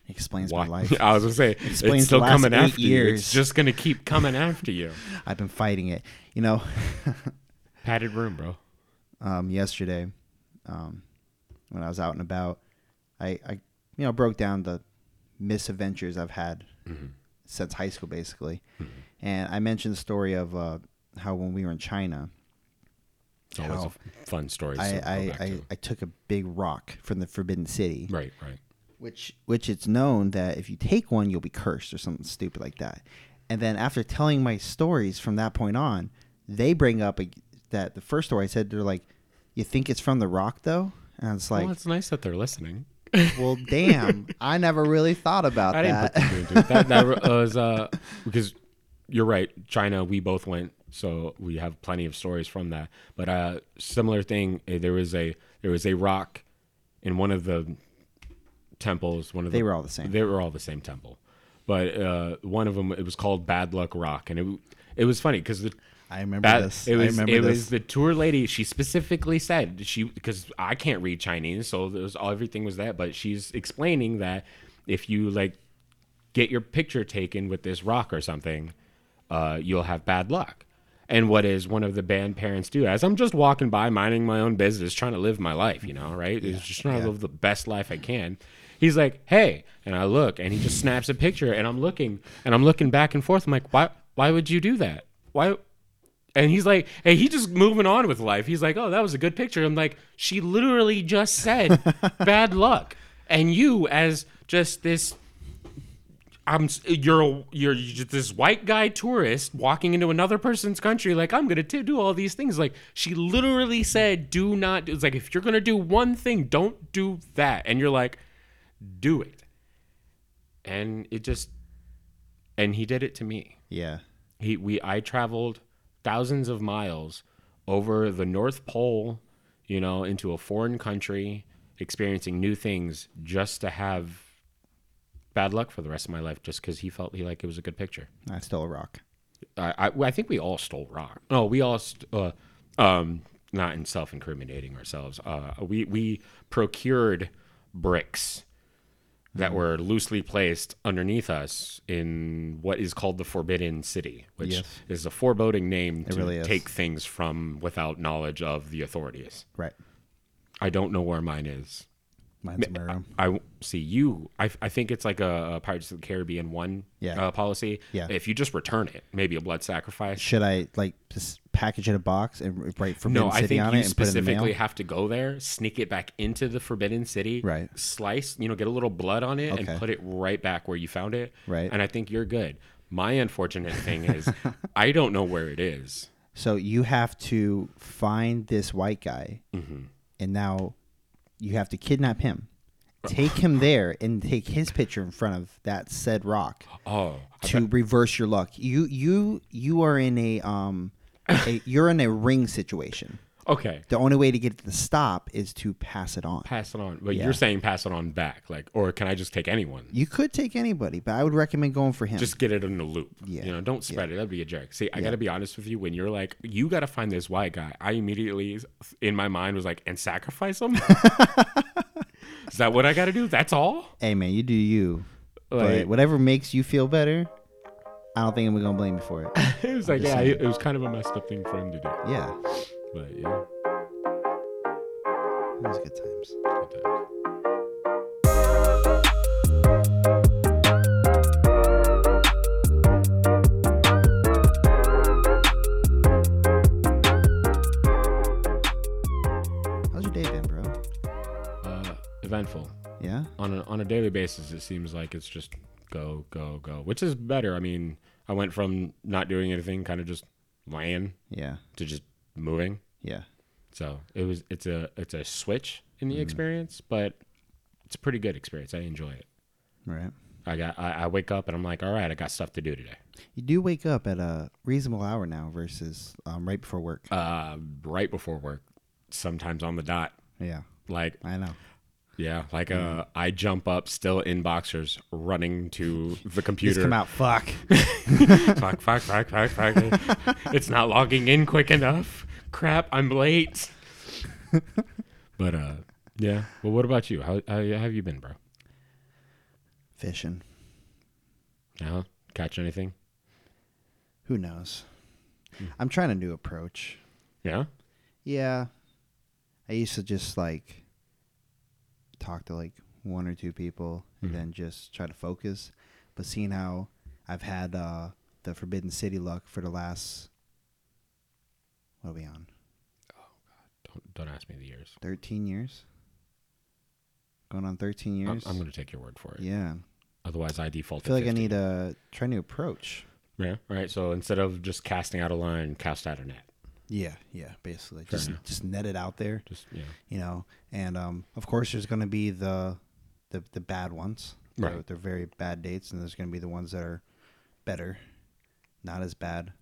Speaker 2: Explains
Speaker 1: Why?
Speaker 2: my life.
Speaker 1: I was gonna say
Speaker 2: Explains
Speaker 1: it's still
Speaker 2: the last
Speaker 1: coming
Speaker 2: eight
Speaker 1: after you.
Speaker 2: years.
Speaker 1: It's just gonna keep coming after you.
Speaker 2: I've been fighting it. You know.
Speaker 1: Padded room, bro.
Speaker 2: um, yesterday um, when I was out and about. I, I, you know, broke down the misadventures I've had
Speaker 1: Mm-hmm.
Speaker 2: since high school, basically. And I mentioned the story of uh, how when we were in China,
Speaker 1: It's always
Speaker 2: How?
Speaker 1: a f- fun story.
Speaker 2: I,
Speaker 1: so go
Speaker 2: I,
Speaker 1: back
Speaker 2: I,
Speaker 1: to.
Speaker 2: I took a big rock from the Forbidden City,
Speaker 1: Right, right.
Speaker 2: which which it's known that if you take one, you'll be cursed or something stupid like that. And then after telling my stories from that point on, they bring up a, that the first story I said they're like, "You think it's from the rock though?" And it's like,
Speaker 1: well, it's nice that they're listening.
Speaker 2: Well, damn, I never really thought about
Speaker 1: I didn't
Speaker 2: that.
Speaker 1: put the two and two. That, that was uh, because you're right. China, we both went, so we have plenty of stories from that. But uh, similar thing. eh, There was a there was a rock in one of the temples. One of
Speaker 2: They
Speaker 1: the,
Speaker 2: were all the same.
Speaker 1: They were all the same temple, but uh, one of them it was called Bad Luck Rock, and it it was funny because the
Speaker 2: I remember
Speaker 1: That-
Speaker 2: this.
Speaker 1: It was,
Speaker 2: I remember
Speaker 1: it
Speaker 2: this.
Speaker 1: was the tour lady. She specifically said she because I can't read Chinese, so there was, everything was that. But she's explaining that if you like get your picture taken with this rock or something, uh, you'll have bad luck. And what is one of the band parents do? As I'm just walking by, minding my own business, trying to live my life, you know, right? It's just trying to live the best life I can. He's like, "Hey," and I look, and he just snaps a picture, and I'm looking, and I'm looking back and forth. I'm like, "Why? Why would you do that? Why?" And he's like, and he's just moving on with life. He's like, oh, that was a good picture. I'm like, she literally just said bad luck. And you, as just this, I'm, s- you're, a- you're just this white guy tourist walking into another person's country, like, I'm going to do all these things. Like, she literally said, do not, do-" it's like, if you're going to do one thing, don't do that. And you're like, do it. And it just, and he did it to me
Speaker 2: yeah.
Speaker 1: he we I traveled thousands of miles over the North Pole, you know, into a foreign country, experiencing new things just to have bad luck for the rest of my life, just because he felt he like it was a good picture.
Speaker 2: I stole a rock.
Speaker 1: I I, I think we all stole rock. No, we all st- uh, um not in self incriminating ourselves. Uh, we we procured bricks
Speaker 2: Hmm.
Speaker 1: that were loosely placed underneath us in what is called the Forbidden City, which
Speaker 2: Yes.
Speaker 1: is a foreboding name to
Speaker 2: really is.
Speaker 1: take things from without knowledge of the authorities.
Speaker 2: Right.
Speaker 1: I don't know where mine is.
Speaker 2: Mine's in my room.
Speaker 1: I see you. I, I think it's like a, a Pirates of the Caribbean one
Speaker 2: Yeah.
Speaker 1: uh, policy.
Speaker 2: Yeah.
Speaker 1: If you just return it, maybe a blood sacrifice.
Speaker 2: Should I like just package it in a box and write Forbidden
Speaker 1: No, I
Speaker 2: City
Speaker 1: think
Speaker 2: on
Speaker 1: you
Speaker 2: it and put it in the
Speaker 1: specifically
Speaker 2: mail?
Speaker 1: have to go there, sneak it back into the Forbidden City,
Speaker 2: Right.
Speaker 1: Slice, you know, get a little blood on it,
Speaker 2: Okay.
Speaker 1: and put it right back where you found it.
Speaker 2: Right.
Speaker 1: And I think you're good. My unfortunate thing is, I don't know where it is.
Speaker 2: So you have to find this white guy,
Speaker 1: Mm-hmm.
Speaker 2: and now you have to kidnap him, take him there, and take his picture in front of that said rock.
Speaker 1: Oh, I
Speaker 2: to reverse your luck. You you you are in a um a, you're in a ring situation.
Speaker 1: bet- okay.
Speaker 2: The only way to get it to stop is to pass it on.
Speaker 1: Pass it on. But
Speaker 2: Yeah.
Speaker 1: you're saying pass it on back, like, or can I just take anyone?
Speaker 2: You could take anybody, but I would recommend going for him.
Speaker 1: Just get it in a loop.
Speaker 2: Yeah.
Speaker 1: You know, don't spread it. That'd be a jerk. See, I got to be honest with you. When you're like, you got to find this white guy, I immediately, in my mind, was like, and sacrifice him? Is that what I got to do? That's all?
Speaker 2: hey man, you do you.
Speaker 1: Like-
Speaker 2: but whatever makes you feel better, I don't think I'm gonna blame you for it.
Speaker 1: It was like, yeah, it was kind of a messed up thing for him to do.
Speaker 2: yeah,
Speaker 1: But yeah.
Speaker 2: those are good times.
Speaker 1: good times. Uh, daily basis, it seems like it's just go, go, go, which is better. I mean, I went from not doing anything, kind of just laying,
Speaker 2: Yeah.
Speaker 1: to just moving.
Speaker 2: Yeah.
Speaker 1: So it was. It's a. It's a switch in the experience, but it's a pretty good experience. I enjoy it.
Speaker 2: Right.
Speaker 1: I got. I, I wake up and I'm like, all right, I got stuff to do today.
Speaker 2: You do wake up at a reasonable hour now versus um, right before work.
Speaker 1: Uh, right before work, sometimes on the dot.
Speaker 2: yeah.
Speaker 1: Like
Speaker 2: I know.
Speaker 1: yeah, like uh, I jump up still in boxers, running to the
Speaker 2: Just
Speaker 1: computer.
Speaker 2: come out. Fuck.
Speaker 1: fuck, fuck, fuck, fuck, fuck. it's not logging in quick enough. Crap, I'm late. but uh, yeah. Well, what about you? How, how have you been, bro?
Speaker 2: Fishing.
Speaker 1: Huh? Catch anything?
Speaker 2: Who knows? I'm trying a new approach.
Speaker 1: Yeah.
Speaker 2: Yeah. I used to just like talk to like one or two people
Speaker 1: Mm-hmm.
Speaker 2: and then just try to focus. But seeing how I've had uh, the Forbidden City luck for the last, what are we on?
Speaker 1: Don't don't ask me the years.
Speaker 2: 13 years? Going on 13
Speaker 1: I'm,
Speaker 2: years?
Speaker 1: I'm gonna take your word for it.
Speaker 2: yeah.
Speaker 1: Otherwise, I default.
Speaker 2: I feel
Speaker 1: to
Speaker 2: like I
Speaker 1: 50.
Speaker 2: need a try new approach.
Speaker 1: Yeah. All right. So instead of just casting out a line, cast out a net.
Speaker 2: Yeah, yeah, basically.
Speaker 1: Fair
Speaker 2: just
Speaker 1: enough.
Speaker 2: just net it out there,
Speaker 1: Just yeah.
Speaker 2: you know. And um, of course there's gonna be the the, the bad ones.
Speaker 1: Right.
Speaker 2: They're, they're very bad dates and there's gonna be the ones that are better. Not as bad.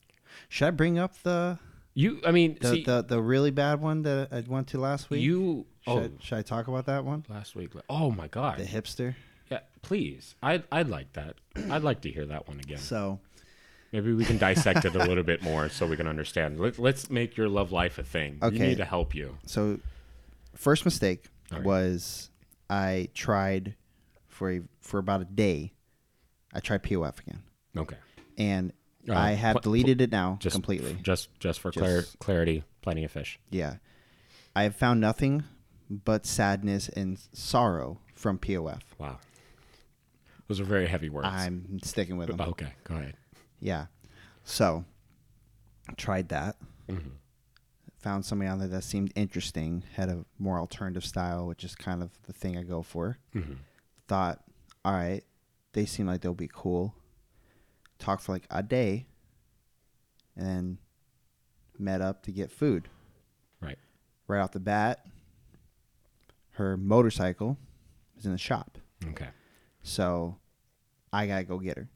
Speaker 2: Should I bring up the
Speaker 1: You. I mean,
Speaker 2: the,
Speaker 1: see,
Speaker 2: the, the really bad one that I went to last week?
Speaker 1: you.
Speaker 2: should,
Speaker 1: Oh,
Speaker 2: I, should I talk about that one?
Speaker 1: last week. Oh my God.
Speaker 2: The hipster.
Speaker 1: Yeah. Please. I. I'd like that. I'd like to hear that one again.
Speaker 2: So
Speaker 1: Maybe we can dissect it a little bit more so we can understand. Let, let's make your love life a thing. We
Speaker 2: Okay.
Speaker 1: need to help you.
Speaker 2: so first mistake
Speaker 1: Alright.
Speaker 2: was I tried for a, for about a day. I tried POF again,
Speaker 1: Okay.
Speaker 2: and
Speaker 1: Uh,
Speaker 2: I have
Speaker 1: pl- pl-
Speaker 2: deleted it now
Speaker 1: Just
Speaker 2: completely.
Speaker 1: Just just for clar-
Speaker 2: Just-
Speaker 1: clarity, plenty of fish.
Speaker 2: yeah, I have found nothing but sadness and sorrow from POF.
Speaker 1: Wow. Those are very heavy words. Oh,
Speaker 2: I'm sticking with them.
Speaker 1: okay. Go ahead.
Speaker 2: Yeah, so tried that.
Speaker 1: Mhm.
Speaker 2: Found somebody on there that seemed interesting, had a more alternative style, which is kind of the thing I go for.
Speaker 1: Mhm.
Speaker 2: thought, all right, they seem like they'll be cool. Talked for like a day, and then met up to get food.
Speaker 1: Right.
Speaker 2: Right off the bat, her motorcycle is in the shop,
Speaker 1: Okay.
Speaker 2: so I gotta go get her.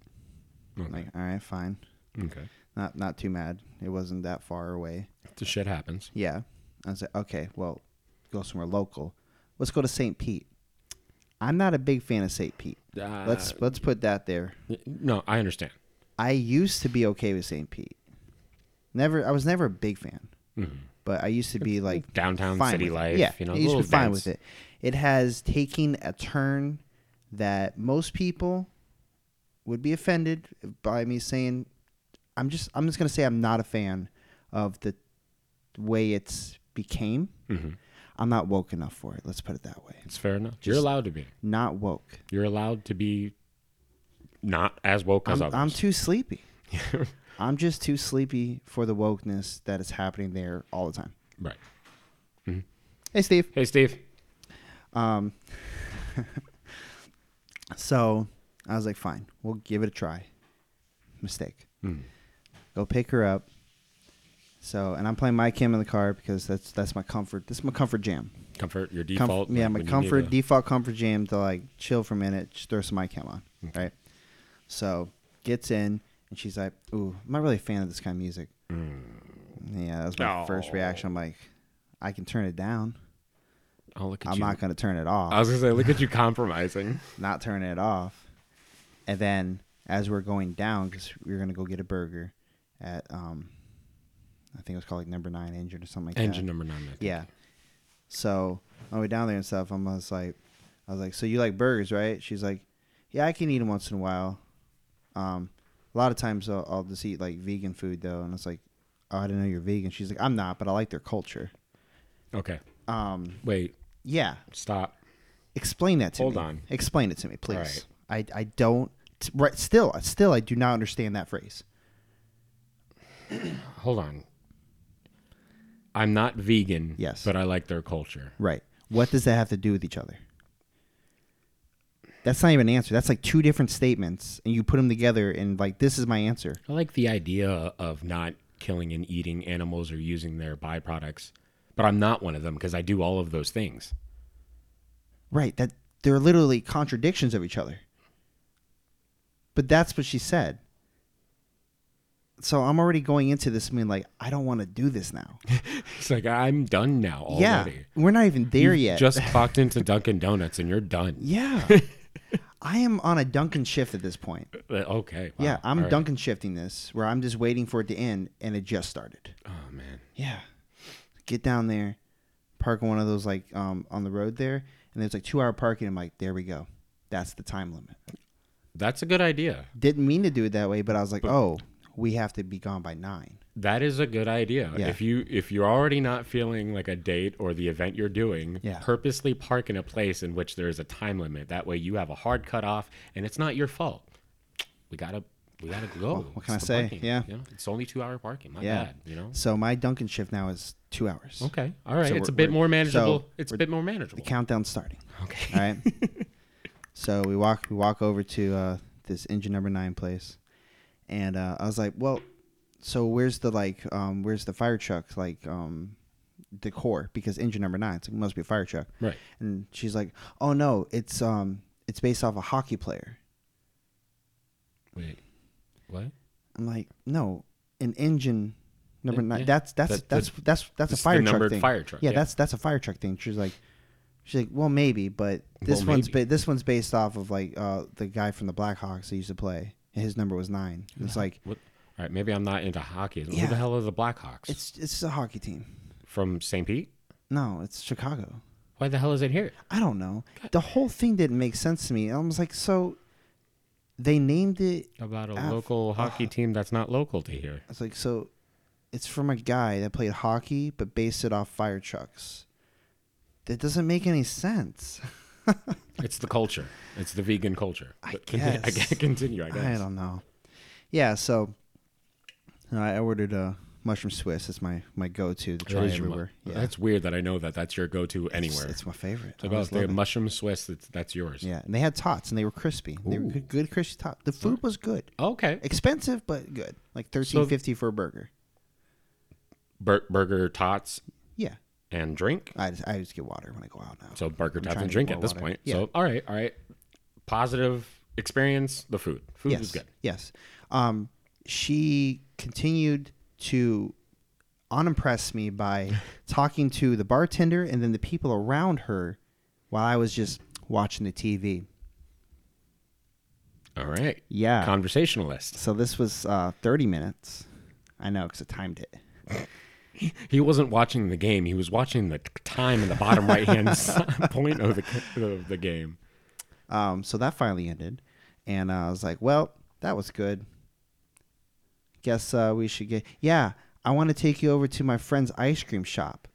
Speaker 1: Okay.
Speaker 2: Like, all right, fine,
Speaker 1: okay.
Speaker 2: not not too mad. It wasn't that far away.
Speaker 1: The shit happens.
Speaker 2: Yeah, I was like, okay, well, go somewhere local. Let's go to St. Pete. I'm not a big fan of St. Pete.
Speaker 1: Uh,
Speaker 2: Let's let's put that there.
Speaker 1: No, I understand.
Speaker 2: I used to be okay with St. Pete. Never, I was never a big fan, but I used to be like
Speaker 1: Mm-hmm. Downtown
Speaker 2: fine
Speaker 1: city
Speaker 2: with it.
Speaker 1: life.
Speaker 2: Yeah,
Speaker 1: You know,
Speaker 2: I used to
Speaker 1: little
Speaker 2: be fine
Speaker 1: events.
Speaker 2: with it. It has taken a turn that most people would be offended by me saying. I'm just, I'm just gonna say I'm not a fan of the way it's became.
Speaker 1: Mhm.
Speaker 2: I'm not woke enough for it. Let's put it that way.
Speaker 1: It's fair enough. You're allowed to be.
Speaker 2: Not woke.
Speaker 1: You're allowed to be not as woke as
Speaker 2: I'm,
Speaker 1: others.
Speaker 2: I'm too sleepy. I'm just too sleepy for the wokeness that is happening there all the time.
Speaker 1: right.
Speaker 2: Hey, Steve.
Speaker 1: Hey, Steve.
Speaker 2: Um, so I was like, fine, we'll give it a try. Mistake.
Speaker 1: Hmm.
Speaker 2: Go pick her up. So, and I'm playing my Kim in the car because that's that's my comfort. This is my comfort jam.
Speaker 1: Comfort, your
Speaker 2: Comf-
Speaker 1: default.
Speaker 2: yeah,
Speaker 1: like,
Speaker 2: my
Speaker 1: when you need
Speaker 2: comfort
Speaker 1: a-
Speaker 2: default comfort jam to like chill for a minute. Just throw some iCam on, right? So gets in and she's like, "Ooh, I'm not really a fan of this kind of music."
Speaker 1: Hmm.
Speaker 2: Yeah, that was my first
Speaker 1: No.
Speaker 2: reaction. I'm like, "I can turn it down.
Speaker 1: Oh, look at
Speaker 2: I'm
Speaker 1: you.
Speaker 2: not gonna turn it off.
Speaker 1: I was gonna say, look at you compromising.
Speaker 2: not turn it off." And then as we're going down, because we were gonna go get a burger at um, I think it was called like Number Nine Engine or something like that.
Speaker 1: Engine number nine. I think.
Speaker 2: Yeah. So on the way down there and stuff, I'm just like, I was like, so you like burgers, right? She's like, yeah, I can eat them once in a while. Um, a lot of times I'll, I'll just eat like vegan food though, and it's like, oh, I didn't know you're vegan. She's like, I'm not, but I like their culture.
Speaker 1: Okay.
Speaker 2: Um,
Speaker 1: Wait.
Speaker 2: yeah.
Speaker 1: Stop.
Speaker 2: Explain that to
Speaker 1: Hold
Speaker 2: me.
Speaker 1: on.
Speaker 2: Explain it to me,
Speaker 1: All
Speaker 2: please. I I don't. t- Right, still, still, I do not understand that phrase.
Speaker 1: Hold on. I'm not vegan.
Speaker 2: Yes.
Speaker 1: But I like their culture.
Speaker 2: Right. What does that have to do with each other? That's not even an answer. That's like two different statements, and you put them together, and like this is my answer.
Speaker 1: I like the idea of not killing and eating animals or using their byproducts, but I'm not one of them because I do all of those things.
Speaker 2: Right? That they're literally contradictions of each other. But that's what she said. So I'm already going into this being like, I don't want to do this now.
Speaker 1: It's like I'm done now
Speaker 2: Yeah,
Speaker 1: already.
Speaker 2: we're not even there yet.
Speaker 1: Just clocked into Dunkin' Donuts and you're done.
Speaker 2: yeah, I am on a Duncan shift at this point.
Speaker 1: Uh, Okay. wow,
Speaker 2: yeah, I'm
Speaker 1: all right.
Speaker 2: Duncan shifting this, where I'm just waiting for it to end, and it just started.
Speaker 1: Oh man.
Speaker 2: Yeah. Get down there, park in one of those like um on the road there, and there's like two hour parking. I'm like, there we go. That's the time limit.
Speaker 1: That's a good idea.
Speaker 2: Didn't mean to do it that way, but I was like, oh, we have to be gone by nine.
Speaker 1: That is a good idea.
Speaker 2: Yeah.
Speaker 1: If you if you're already not feeling like a date or the event you're doing,
Speaker 2: Yeah.
Speaker 1: purposely park in a place in which there is a time limit. That way you have a hard cutoff and it's not your fault. We gotta we gotta go.
Speaker 2: what can
Speaker 1: It's the
Speaker 2: I say?
Speaker 1: parking,
Speaker 2: Yeah.
Speaker 1: you know? It's only two hour parking. My
Speaker 2: Yeah.
Speaker 1: bad. You know?
Speaker 2: So my Duncan shift now is two hours.
Speaker 1: Okay. All right.
Speaker 2: So
Speaker 1: it's a
Speaker 2: we're-
Speaker 1: bit
Speaker 2: we're-
Speaker 1: more
Speaker 2: so
Speaker 1: manageable. it's a
Speaker 2: we're-
Speaker 1: bit more manageable.
Speaker 2: The countdown's starting.
Speaker 1: okay.
Speaker 2: All right. so we walk we walk over to uh, this engine number nine place, and uh, I was like, well, so where's the like um, where's the fire truck like um, decor because engine number nine it's like, must be a fire truck.
Speaker 1: Right.
Speaker 2: And she's like, oh no, it's um it's based off a hockey player.
Speaker 1: Wait. What?
Speaker 2: I'm like, no, an engine number
Speaker 1: Yeah,
Speaker 2: nine.
Speaker 1: yeah.
Speaker 2: That's that's
Speaker 1: That-
Speaker 2: that's that's that's, a
Speaker 1: It's the
Speaker 2: fire truck
Speaker 1: numbered
Speaker 2: thing.
Speaker 1: fire truck,
Speaker 2: Yeah,
Speaker 1: yeah.
Speaker 2: that's that's a fire truck thing. She's like, she's like, well, maybe, but this
Speaker 1: Well,
Speaker 2: one's
Speaker 1: maybe.
Speaker 2: ba- this one's based off of like uh the guy from the Blackhawks that used to play. And his number was nine. And It's like
Speaker 1: What? All right. Maybe I'm not into hockey.
Speaker 2: Yeah.
Speaker 1: Who the hell are the Blackhawks?
Speaker 2: it's it's a hockey team.
Speaker 1: from St. Pete.
Speaker 2: No, it's Chicago.
Speaker 1: Why the hell is it here?
Speaker 2: I don't know. The whole thing didn't make sense to me. I was like, so they named it
Speaker 1: About a
Speaker 2: Ah, f-
Speaker 1: local hockey team that's not local to here.
Speaker 2: I was like, so it's from a guy that played hockey but based it off fire trucks. That doesn't make any sense.
Speaker 1: It's the culture. It's the vegan culture.
Speaker 2: I
Speaker 1: But continue- I
Speaker 2: guess.
Speaker 1: can't continue. I guess.
Speaker 2: I don't know. Yeah, so you know, I ordered a mushroom Swiss. It's my, my go to to
Speaker 1: That
Speaker 2: try
Speaker 1: is your mu-
Speaker 2: everywhere. yeah,
Speaker 1: That's weird that I know that. That's your go-to
Speaker 2: It's-
Speaker 1: anywhere.
Speaker 2: It's, my favorite. I
Speaker 1: It's about
Speaker 2: always
Speaker 1: the
Speaker 2: love it.
Speaker 1: mushroom Swiss. That's, that's yours.
Speaker 2: Yeah, and they had tots and they were crispy. They were
Speaker 1: Ooh.
Speaker 2: good, good crispy tots. The food was good.
Speaker 1: Okay.
Speaker 2: Expensive but good. Like thirteen fifty for a burger.
Speaker 1: Bur- burger tots
Speaker 2: Yeah,
Speaker 1: and drink.
Speaker 2: I just, I just get water when I go out now.
Speaker 1: So burger tots
Speaker 2: trying
Speaker 1: and
Speaker 2: to
Speaker 1: drink
Speaker 2: get
Speaker 1: at this
Speaker 2: more water.
Speaker 1: point.
Speaker 2: Yeah.
Speaker 1: So all right, all right. Positive experience. The food. Food
Speaker 2: yes.
Speaker 1: was good.
Speaker 2: Yes. Um, she continued to unimpress me by talking to the bartender and then the people around her while I was just watching the TV.
Speaker 1: All right.
Speaker 2: Yeah.
Speaker 1: Conversationalist.
Speaker 2: so this was uh, 30 minutes. I know because I timed it.
Speaker 1: He wasn't watching the game. He was watching the time in the bottom right hand point of the of the game.
Speaker 2: Um, so that finally ended. And uh, I was like, well, that was good. Guess uh, we should get. Yeah, I want to take you over to my friend's ice cream shop.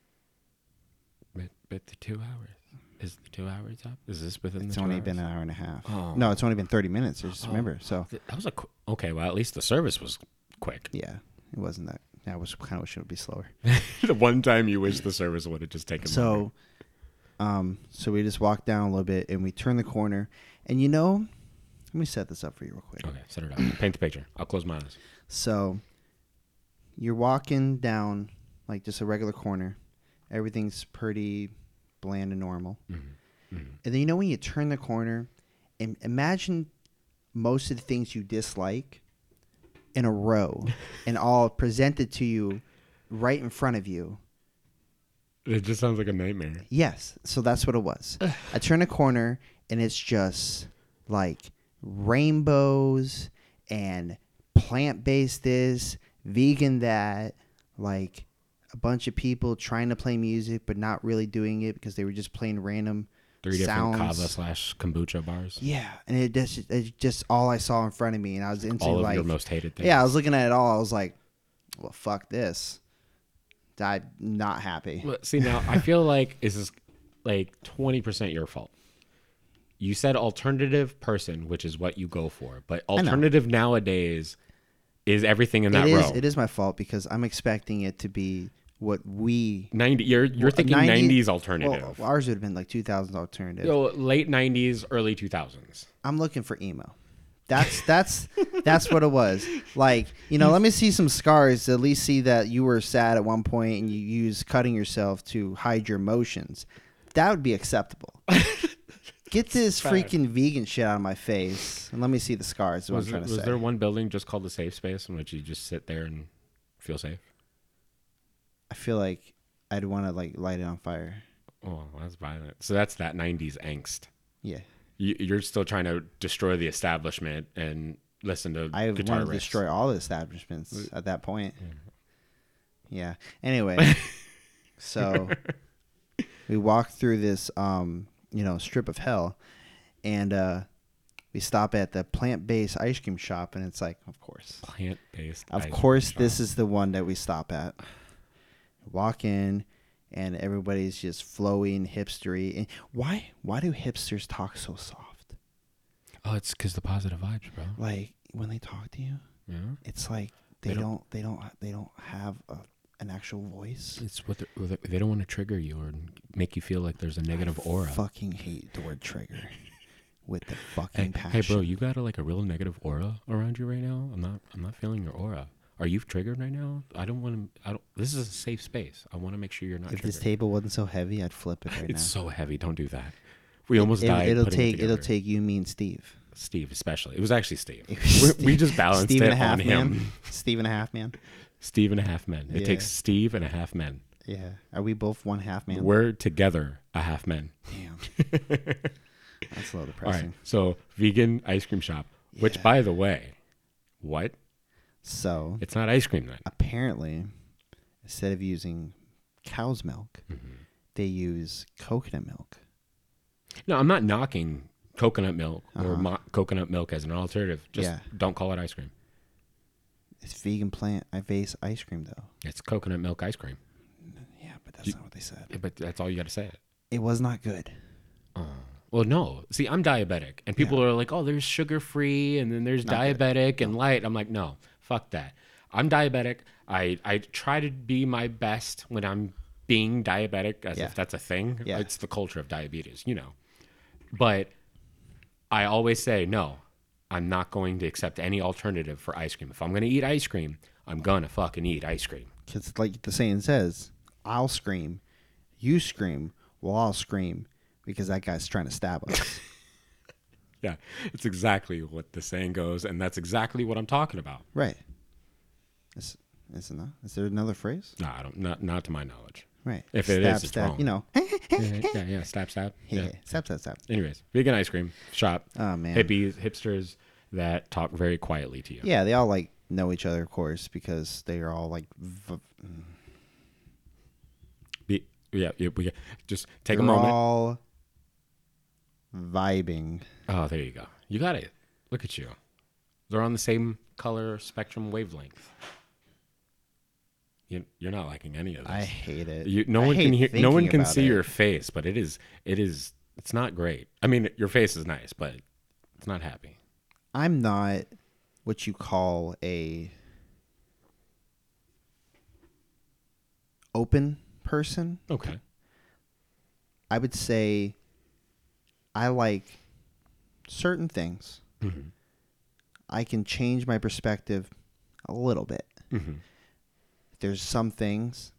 Speaker 1: But, but the two hours is the two hours up. Is this within
Speaker 2: It's
Speaker 1: the two
Speaker 2: only
Speaker 1: hours?
Speaker 2: been an hour and a half.
Speaker 1: Oh.
Speaker 2: No, it's only been 30 minutes. I just remember. So,
Speaker 1: Th- That was a qu- okay. Well, at least the service was quick.
Speaker 2: yeah, it wasn't that. I was kind of wishing it would be slower.
Speaker 1: the one time you wish the service would have just taken.
Speaker 2: So, um, so we just walked down a little bit and we turned the corner. And you know, let me set this up for you real quick.
Speaker 1: longer. okay, set it up. Paint the picture. I'll close my eyes.
Speaker 2: So, you're walking down like just a regular corner. Everything's pretty bland and normal. And then you know when you turn the corner, and imagine most of the things you dislike in a row and all presented to you right in front of you.
Speaker 1: It just sounds like a nightmare.
Speaker 2: Yes, so that's what it was. I turn a corner and it's just like rainbows and plant-based this, vegan that, like a bunch of people trying to play music but not really doing it because they were just playing random
Speaker 1: Three different
Speaker 2: sounds.
Speaker 1: kava slash kombucha bars.
Speaker 2: Yeah, and it just it's just all I saw in front of me, and I was instantly
Speaker 1: All of
Speaker 2: like,
Speaker 1: your most hated things.
Speaker 2: yeah, I was looking at it all. I was like, well, fuck this. I'm not happy.
Speaker 1: Well, see now, I feel like this is like twenty percent your fault. You said alternative person, which is what you go for, but
Speaker 2: know.
Speaker 1: alternative nowadays is everything in that
Speaker 2: It is.
Speaker 1: row.
Speaker 2: It is my fault because I'm expecting it to be what we
Speaker 1: 90 you're you're thinking 90s,
Speaker 2: 90s
Speaker 1: alternative.
Speaker 2: Well, ours would have been like 2000s alternative.
Speaker 1: Yo, late 90s, early 2000s.
Speaker 2: I'm looking for emo. That's that's that's what it was. Like, you know, let me see some scars to at least see that you were sad at one point and you used cutting yourself to hide your emotions. That would be acceptable. Get this freaking vegan shit out of my face and let me see the scars. Is what
Speaker 1: Was,
Speaker 2: I'm
Speaker 1: there-
Speaker 2: trying to
Speaker 1: was
Speaker 2: say.
Speaker 1: there one building just called the safe space in which you just sit there and feel safe?
Speaker 2: I feel like I'd want to like light it on fire.
Speaker 1: Oh, that's violent. So that's that 90s angst.
Speaker 2: Yeah,
Speaker 1: You, you're still trying to destroy the establishment and listen to
Speaker 2: I would
Speaker 1: guitar
Speaker 2: want to
Speaker 1: riffs.
Speaker 2: destroy all the establishments at that point.
Speaker 1: Mm.
Speaker 2: Yeah. Anyway, so we walk through this, um, you know, strip of hell, and uh, we stop at the plant-based ice cream shop, and it's like, of course,
Speaker 1: plant-based.
Speaker 2: of
Speaker 1: ice cream
Speaker 2: course,
Speaker 1: shop.
Speaker 2: this is the one that we stop at. Walk in, and everybody's just flowing hipstery. And why? Why do hipsters talk so soft?
Speaker 1: Oh, it's because the positive vibes, bro.
Speaker 2: Like when they talk to you.
Speaker 1: Yeah.
Speaker 2: it's like they,
Speaker 1: They
Speaker 2: don't,
Speaker 1: don't-
Speaker 2: they don't they don't have a, an actual voice.
Speaker 1: It's what they're- what they they don't want to trigger you or make you feel like there's a negative aura.
Speaker 2: Fucking hate the word trigger with the
Speaker 1: Hey,
Speaker 2: fucking
Speaker 1: hey,
Speaker 2: passion.
Speaker 1: bro, you got a, like a real negative aura around you right now. I'm not, I'm not feeling your aura. Are you triggered right now? I don't want to. I don't. This is a safe space. I want to make sure you're not
Speaker 2: If
Speaker 1: triggered.
Speaker 2: this table wasn't so heavy, I'd flip it right
Speaker 1: it's
Speaker 2: now.
Speaker 1: so heavy. Don't do that. We almost died.
Speaker 2: It, will
Speaker 1: putting
Speaker 2: take it'll
Speaker 1: together.
Speaker 2: take you, me, and Steve.
Speaker 1: Steve especially. It was actually Steve.
Speaker 2: It was
Speaker 1: We- We just balanced
Speaker 2: Steve
Speaker 1: it
Speaker 2: and a half
Speaker 1: on him.
Speaker 2: man. Steve and a half man.
Speaker 1: Steve and a half men. It
Speaker 2: Yeah.
Speaker 1: takes Steve and a half men.
Speaker 2: Yeah, are we both one half man?
Speaker 1: We're together a half men.
Speaker 2: Damn, that's a
Speaker 1: All
Speaker 2: little
Speaker 1: right.
Speaker 2: depressing.
Speaker 1: So vegan ice cream shop.
Speaker 2: Yeah.
Speaker 1: Which, by the way, what?
Speaker 2: So
Speaker 1: It's not ice cream then.
Speaker 2: apparently, instead of using cow's milk,
Speaker 1: Mm-hmm.
Speaker 2: they use coconut milk.
Speaker 1: No, I'm not knocking coconut milk or mo- coconut milk as an alternative. Just
Speaker 2: Yeah.
Speaker 1: don't call it ice cream.
Speaker 2: It's vegan plant based ice cream though.
Speaker 1: It's coconut milk ice cream.
Speaker 2: Yeah, but that's not what they said.
Speaker 1: Yeah, But that's all you got to say.
Speaker 2: It was not good.
Speaker 1: Well, no. See, I'm diabetic, and people are like, "Oh, there's sugar free, and then there's diabetic and light." I'm like, "No, fuck that. I'm diabetic. I I try to be my best when I'm being diabetic, as
Speaker 2: Yeah.
Speaker 1: if that's a thing.
Speaker 2: Yeah.
Speaker 1: It's the culture of diabetes, you know. But I always say, no, I'm not going to accept any alternative for ice cream. If I'm gonna eat ice cream, I'm gonna fucking eat ice cream.
Speaker 2: Because, like the saying says, I'll scream, you scream, well, I'll scream because that guy's trying to stab us.
Speaker 1: Yeah, it's exactly what the saying goes, and that's exactly what I'm talking about.
Speaker 2: right. Is, is, it not, is there another phrase?
Speaker 1: No, I don't. Not not to my knowledge.
Speaker 2: Right.
Speaker 1: If it is,
Speaker 2: stab,
Speaker 1: it's
Speaker 2: stab,
Speaker 1: wrong.
Speaker 2: You know,
Speaker 1: yeah, yeah, yeah, stab, stab. Yeah.
Speaker 2: stab, stab, stab.
Speaker 1: Anyways, vegan ice cream shop.
Speaker 2: Oh, man.
Speaker 1: hippies, hipsters that talk very quietly to you.
Speaker 2: Yeah, they all like know each other, of course, because they are all like, v-
Speaker 1: Be- yeah, yeah, we just take
Speaker 2: they're
Speaker 1: a moment.
Speaker 2: all vibing.
Speaker 1: Oh, there you go. You got it. Look at you. They're on the same color spectrum wavelength. You, you're not liking any of this.
Speaker 2: I hate it.
Speaker 1: you, no
Speaker 2: I
Speaker 1: one can
Speaker 2: hate
Speaker 1: hear. No one
Speaker 2: thinking
Speaker 1: can
Speaker 2: about
Speaker 1: see
Speaker 2: it.
Speaker 1: your face, but it is. It is. It's not great. I mean, your face is nice, but it's not happy.
Speaker 2: I'm not what you call a open person.
Speaker 1: Okay.
Speaker 2: I would say I like certain things.
Speaker 1: Mm-hmm.
Speaker 2: I can change my perspective a little bit.
Speaker 1: Mm-hmm.
Speaker 2: Mm-hmm. There's some things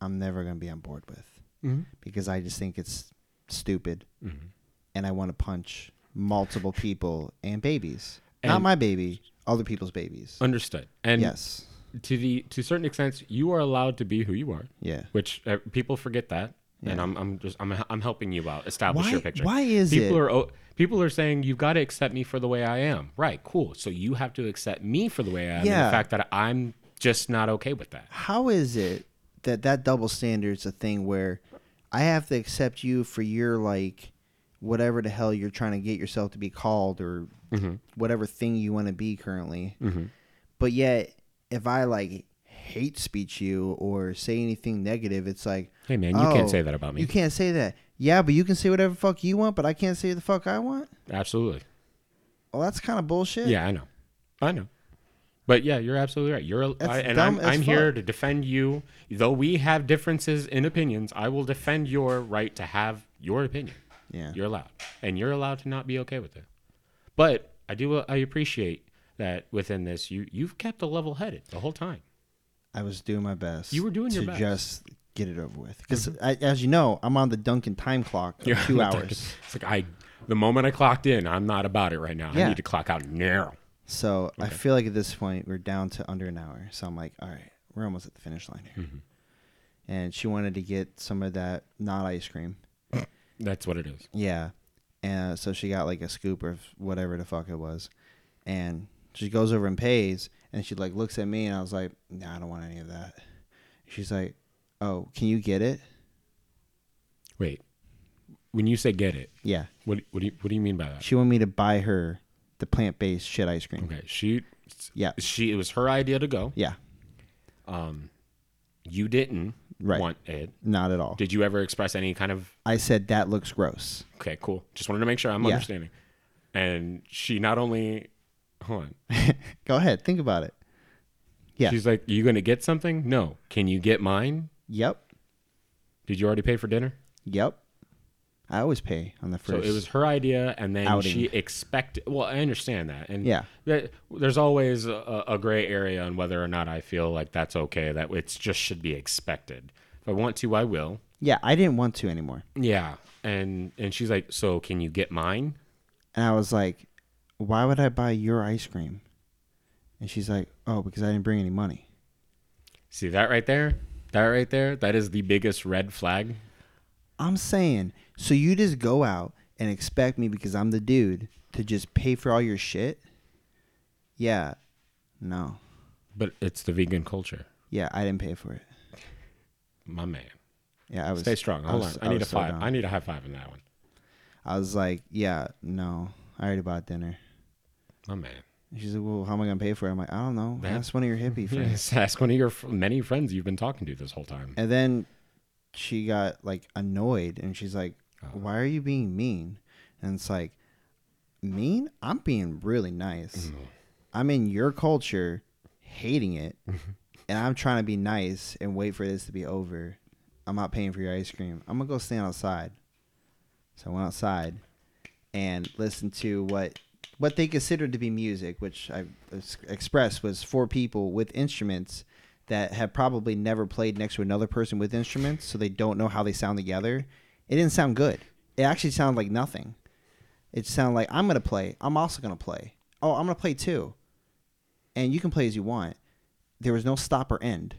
Speaker 2: I'm never going to be on board with
Speaker 1: Mm-hmm.
Speaker 2: because I just think it's stupid and I want to punch multiple people and babies. Not
Speaker 1: And-
Speaker 2: my baby, other people's babies.
Speaker 1: Understood. And
Speaker 2: yes.
Speaker 1: to the to certain extents, you are allowed to be who you are.
Speaker 2: Yeah.
Speaker 1: Which uh, people forget that, and
Speaker 2: Yeah.
Speaker 1: I'm I'm just I'm I'm helping you out establish
Speaker 2: Why-
Speaker 1: your picture.
Speaker 2: why is
Speaker 1: people
Speaker 2: it-
Speaker 1: are oh, people are saying you've got to accept me for the way I am. Right. Cool. So you have to accept me for the way I am. And
Speaker 2: Yeah.
Speaker 1: the fact that I'm just not okay with that.
Speaker 2: How is it that that double standard's a thing where I have to accept you for your like whatever the hell you're trying to get yourself to be called or
Speaker 1: Mm-hmm.
Speaker 2: whatever thing you want to be currently. But yet if I like hate speech you or say anything negative, it's like
Speaker 1: Hey man, you can't
Speaker 2: "Oh,
Speaker 1: say that about me.
Speaker 2: You can't say that. Yeah, but you can say whatever fuck you want, but I can't say the fuck I want.
Speaker 1: Absolutely.
Speaker 2: Well, that's kind of bullshit.
Speaker 1: Yeah, I know. I know. But yeah, you're absolutely right. You're I, and
Speaker 2: dumb
Speaker 1: I'm,
Speaker 2: as
Speaker 1: I'm here
Speaker 2: fuck.
Speaker 1: to defend you. Though we have differences in opinions, I will defend your right to have your opinion.
Speaker 2: Yeah.
Speaker 1: You're allowed, and you're allowed to not be okay with it. But I do I appreciate that within this you you've kept a level headed the whole time.
Speaker 2: I was doing my best.
Speaker 1: You were doing
Speaker 2: to
Speaker 1: your best. Mm-hmm.
Speaker 2: just get it over with. Because as you know, I'm on the Duncan time clock of
Speaker 1: You're
Speaker 2: two
Speaker 1: not-
Speaker 2: hours.
Speaker 1: It's like I the moment I clocked in, I'm not about it right now.
Speaker 2: Yeah.
Speaker 1: I need to clock out now.
Speaker 2: So I feel like at this point we're down to under an hour. So I'm like, all right, we're almost at the finish line here.
Speaker 1: Mm-hmm.
Speaker 2: And she wanted to get some of that not ice cream.
Speaker 1: That's what it is.
Speaker 2: Yeah. And so she got like a scoop or whatever the fuck it was. And she goes over and pays and she like looks at me and I was like, No, I don't want any of that. She's like, Oh, can you get it?
Speaker 1: Wait, when you say get it,
Speaker 2: Yeah.
Speaker 1: what what do you what do you mean by that?
Speaker 2: She wanted me to buy her the plant based shit ice cream.
Speaker 1: Okay, she
Speaker 2: Yeah.
Speaker 1: she it was her idea to go.
Speaker 2: Yeah.
Speaker 1: You didn't
Speaker 2: Right.
Speaker 1: want it.
Speaker 2: Not at all.
Speaker 1: Did you ever express any kind of
Speaker 2: I said that looks gross.
Speaker 1: okay, cool? Just wanted to make sure I'm
Speaker 2: Yeah.
Speaker 1: understanding. And she not only hold on.
Speaker 2: Go ahead, think about it. Yeah.
Speaker 1: She's like, you gonna get something? No. Can you get mine?
Speaker 2: Yep.
Speaker 1: Did you already pay for dinner?
Speaker 2: Yep. I always pay on the
Speaker 1: So
Speaker 2: first.
Speaker 1: it was her idea, and then
Speaker 2: outing.
Speaker 1: she expected. Well, I understand that, and
Speaker 2: Yeah.
Speaker 1: that- there's always a, a gray area on whether or not I feel like that's okay. That it's just should be expected. If I want to, I will.
Speaker 2: yeah, I didn't want to anymore.
Speaker 1: Yeah, and and she's like, so can you get mine?
Speaker 2: And I was like, why would I buy your ice cream? And she's like, oh, because I didn't bring any money.
Speaker 1: See that right there? That right there? That is the biggest red flag.
Speaker 2: I'm saying, so you just go out and expect me because I'm the dude to just pay for all your shit? Yeah. No.
Speaker 1: But it's the vegan culture,
Speaker 2: Yeah, I didn't pay for it.
Speaker 1: my man.
Speaker 2: Yeah, I was
Speaker 1: Stay strong.
Speaker 2: I
Speaker 1: Hold
Speaker 2: was-
Speaker 1: on. I need a
Speaker 2: was so
Speaker 1: five.
Speaker 2: dumb.
Speaker 1: I need a high five in that one,
Speaker 2: I was like, yeah, no, I already bought dinner.
Speaker 1: my man.
Speaker 2: And she's like, well, how am I gonna pay for it? I'm like, I don't know.
Speaker 1: That-
Speaker 2: That's one of your hippie friends.
Speaker 1: Ask one of your f- many friends you've been talking to this whole time.
Speaker 2: And then she got like annoyed and she's like,
Speaker 1: Oh.
Speaker 2: Why are you being mean? And it's like, Mean? I'm being really nice.
Speaker 1: Mm-hmm.
Speaker 2: I'm in your culture, hating it, and I'm trying to be nice and wait for this to be over. I'm not paying for your ice cream. I'm gonna go stand outside. So I went outside and listened to what what they considered to be music, which I ex- expressed was four people with instruments that have probably never played next to another person with instruments, so they don't know how they sound together. It didn't sound good. It actually sounded like nothing. It sounded like I'm gonna play. I'm also gonna play. Oh, I'm gonna play too, and you can play as you want. There was no stop or end.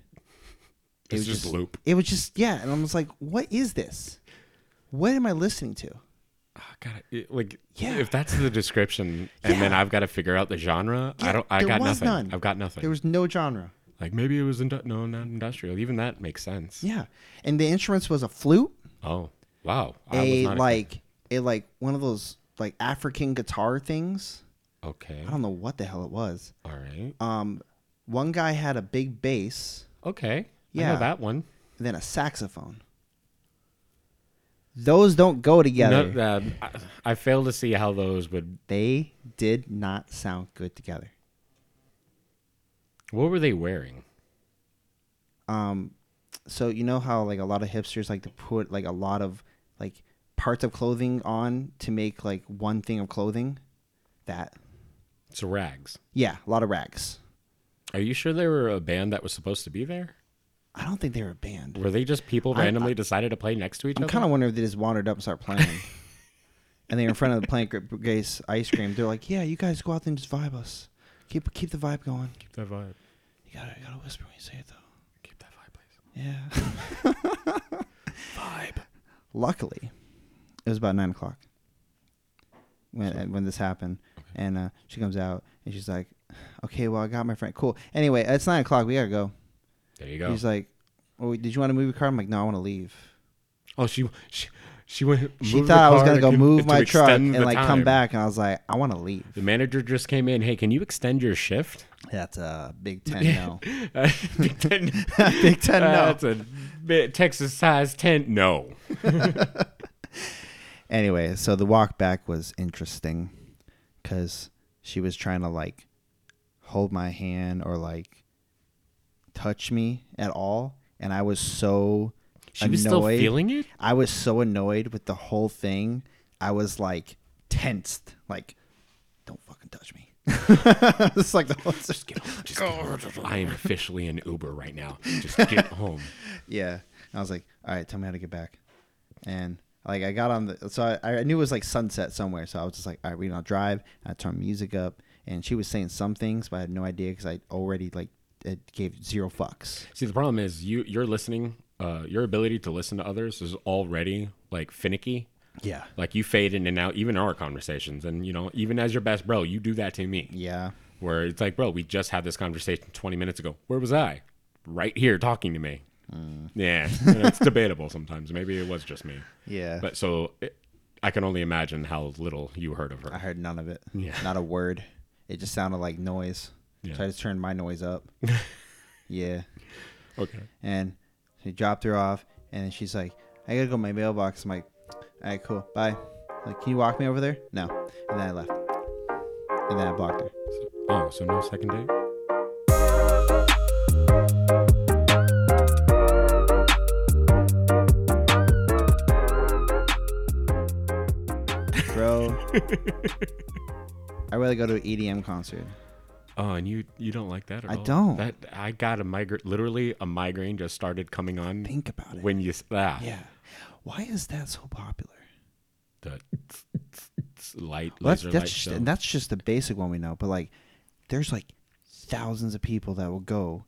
Speaker 2: It
Speaker 1: It's
Speaker 2: was
Speaker 1: just loop.
Speaker 2: It was just yeah, and I was like, what is this? What am I listening to?
Speaker 1: Ah, God, it, like
Speaker 2: Yeah.
Speaker 1: if that's the description, and then
Speaker 2: Yeah.
Speaker 1: I've got to figure out the genre. I
Speaker 2: Yeah,
Speaker 1: don't. I
Speaker 2: there
Speaker 1: got
Speaker 2: was
Speaker 1: nothing.
Speaker 2: none.
Speaker 1: I've got nothing.
Speaker 2: There was no genre.
Speaker 1: like maybe it was indu- no, not industrial. Even that makes sense.
Speaker 2: Yeah, and the instruments was a flute,
Speaker 1: Oh wow, I was
Speaker 2: a
Speaker 1: not
Speaker 2: like a like one of those like African guitar things.
Speaker 1: okay.
Speaker 2: I don't know what the hell it was.
Speaker 1: All right.
Speaker 2: Um, one guy had a big bass,
Speaker 1: Okay. Yeah, I
Speaker 2: yeah.
Speaker 1: know that one.
Speaker 2: and then a saxophone. Those don't go together.
Speaker 1: No, uh, I, I fail to see how those would.
Speaker 2: they did not sound good together.
Speaker 1: What were they wearing?
Speaker 2: Um, so you know how like a lot of hipsters like to put like a lot of like parts of clothing on to make like one thing of clothing. That
Speaker 1: It's rags.
Speaker 2: yeah, a lot of rags.
Speaker 1: Are you sure they were a band that was supposed to be there?
Speaker 2: I don't think they were a band.
Speaker 1: Were they just people
Speaker 2: I-
Speaker 1: randomly decided to play next to each
Speaker 2: I'm
Speaker 1: other?
Speaker 2: kind of wondering if they just wandered up and started playing. and they're in front of the Plant Grip Grace ice cream. They're like, yeah, you guys go out there and just vibe us. Keep keep the vibe going.
Speaker 1: keep that vibe.
Speaker 2: You gotta, you gotta whisper when you say it, though.
Speaker 1: Keep that vibe, please.
Speaker 2: Yeah.
Speaker 1: Vibe.
Speaker 2: Luckily, it was about 9 o'clock when, uh, when this happened. And uh, she comes out and she's like, okay, well, I got my friend. Cool. Anyway, it's 9 o'clock. We gotta go.
Speaker 1: There you go.
Speaker 2: He's like, oh, did you want to move your car? I'm like, no, I want to leave.
Speaker 1: Oh, she she she went.
Speaker 2: She
Speaker 1: moved the
Speaker 2: thought I was
Speaker 1: car
Speaker 2: gonna go
Speaker 1: con-
Speaker 2: move my truck
Speaker 1: extend
Speaker 2: and
Speaker 1: the
Speaker 2: like come
Speaker 1: time.
Speaker 2: back, and I was like, I want to leave.
Speaker 1: The manager just came in. Hey, can you extend your shift?
Speaker 2: That's a big ten no.
Speaker 1: Uh, Big Ten.
Speaker 2: big ten
Speaker 1: Uh,
Speaker 2: no.
Speaker 1: That's a bit Texas size tent. No.
Speaker 2: Anyway, so the walk back was interesting because she was trying to like hold my hand or like touch me at all. And I was so
Speaker 1: She
Speaker 2: annoyed.
Speaker 1: was still feeling it.
Speaker 2: I was so annoyed with the whole thing. I was like tensed, like, don't fucking touch me. it's like the whole
Speaker 1: Just get home. Just get home. I am officially an Uber right now. Just get home.
Speaker 2: Yeah. And I was like, all right, tell me how to get back. And like I got on the so I, I knew it was like sunset somewhere. So I was just like, all right, we're gonna drive. And I turned music up, and she was saying some things, but I had no idea because I already like it gave zero fucks.
Speaker 1: See, the problem is you you're listening. Uh, your ability to listen to others is already like finicky.
Speaker 2: Yeah.
Speaker 1: Like you fade in and out, even in our conversations, and you know, even as your best bro, you do that to me.
Speaker 2: Yeah.
Speaker 1: Where it's like, bro, we just had this conversation 20 minutes ago. Where was I? Right here talking to me.
Speaker 2: Mm.
Speaker 1: Yeah, you know, it's debatable sometimes. Maybe it was just me.
Speaker 2: Yeah.
Speaker 1: But so it, I can only imagine how little you heard of
Speaker 2: I
Speaker 1: her.
Speaker 2: heard none of it.
Speaker 1: Yeah.
Speaker 2: Not a word. It just sounded like noise.
Speaker 1: Yeah.
Speaker 2: So I just turned my noise up. yeah.
Speaker 1: Okay.
Speaker 2: And she dropped her off, and then she's like, I gotta go to my mailbox. I'm like, all right, cool, bye. Like, can you walk me over there? No. And then I left. And then I blocked her.
Speaker 1: So, oh, so no second date?
Speaker 2: Bro, I'd rather go to an EDM concert.
Speaker 1: Oh, and you you don't like that at
Speaker 2: I
Speaker 1: all?
Speaker 2: don't.
Speaker 1: That I got a migraine. Literally, a migraine just started coming on.
Speaker 2: Think about it.
Speaker 1: when you s- ah,
Speaker 2: Yeah. Why is that so popular?
Speaker 1: the light
Speaker 2: Well, that's
Speaker 1: laser
Speaker 2: that's
Speaker 1: light
Speaker 2: just,
Speaker 1: show.
Speaker 2: and that's just the basic one we know. But like, there's like thousands of people that will go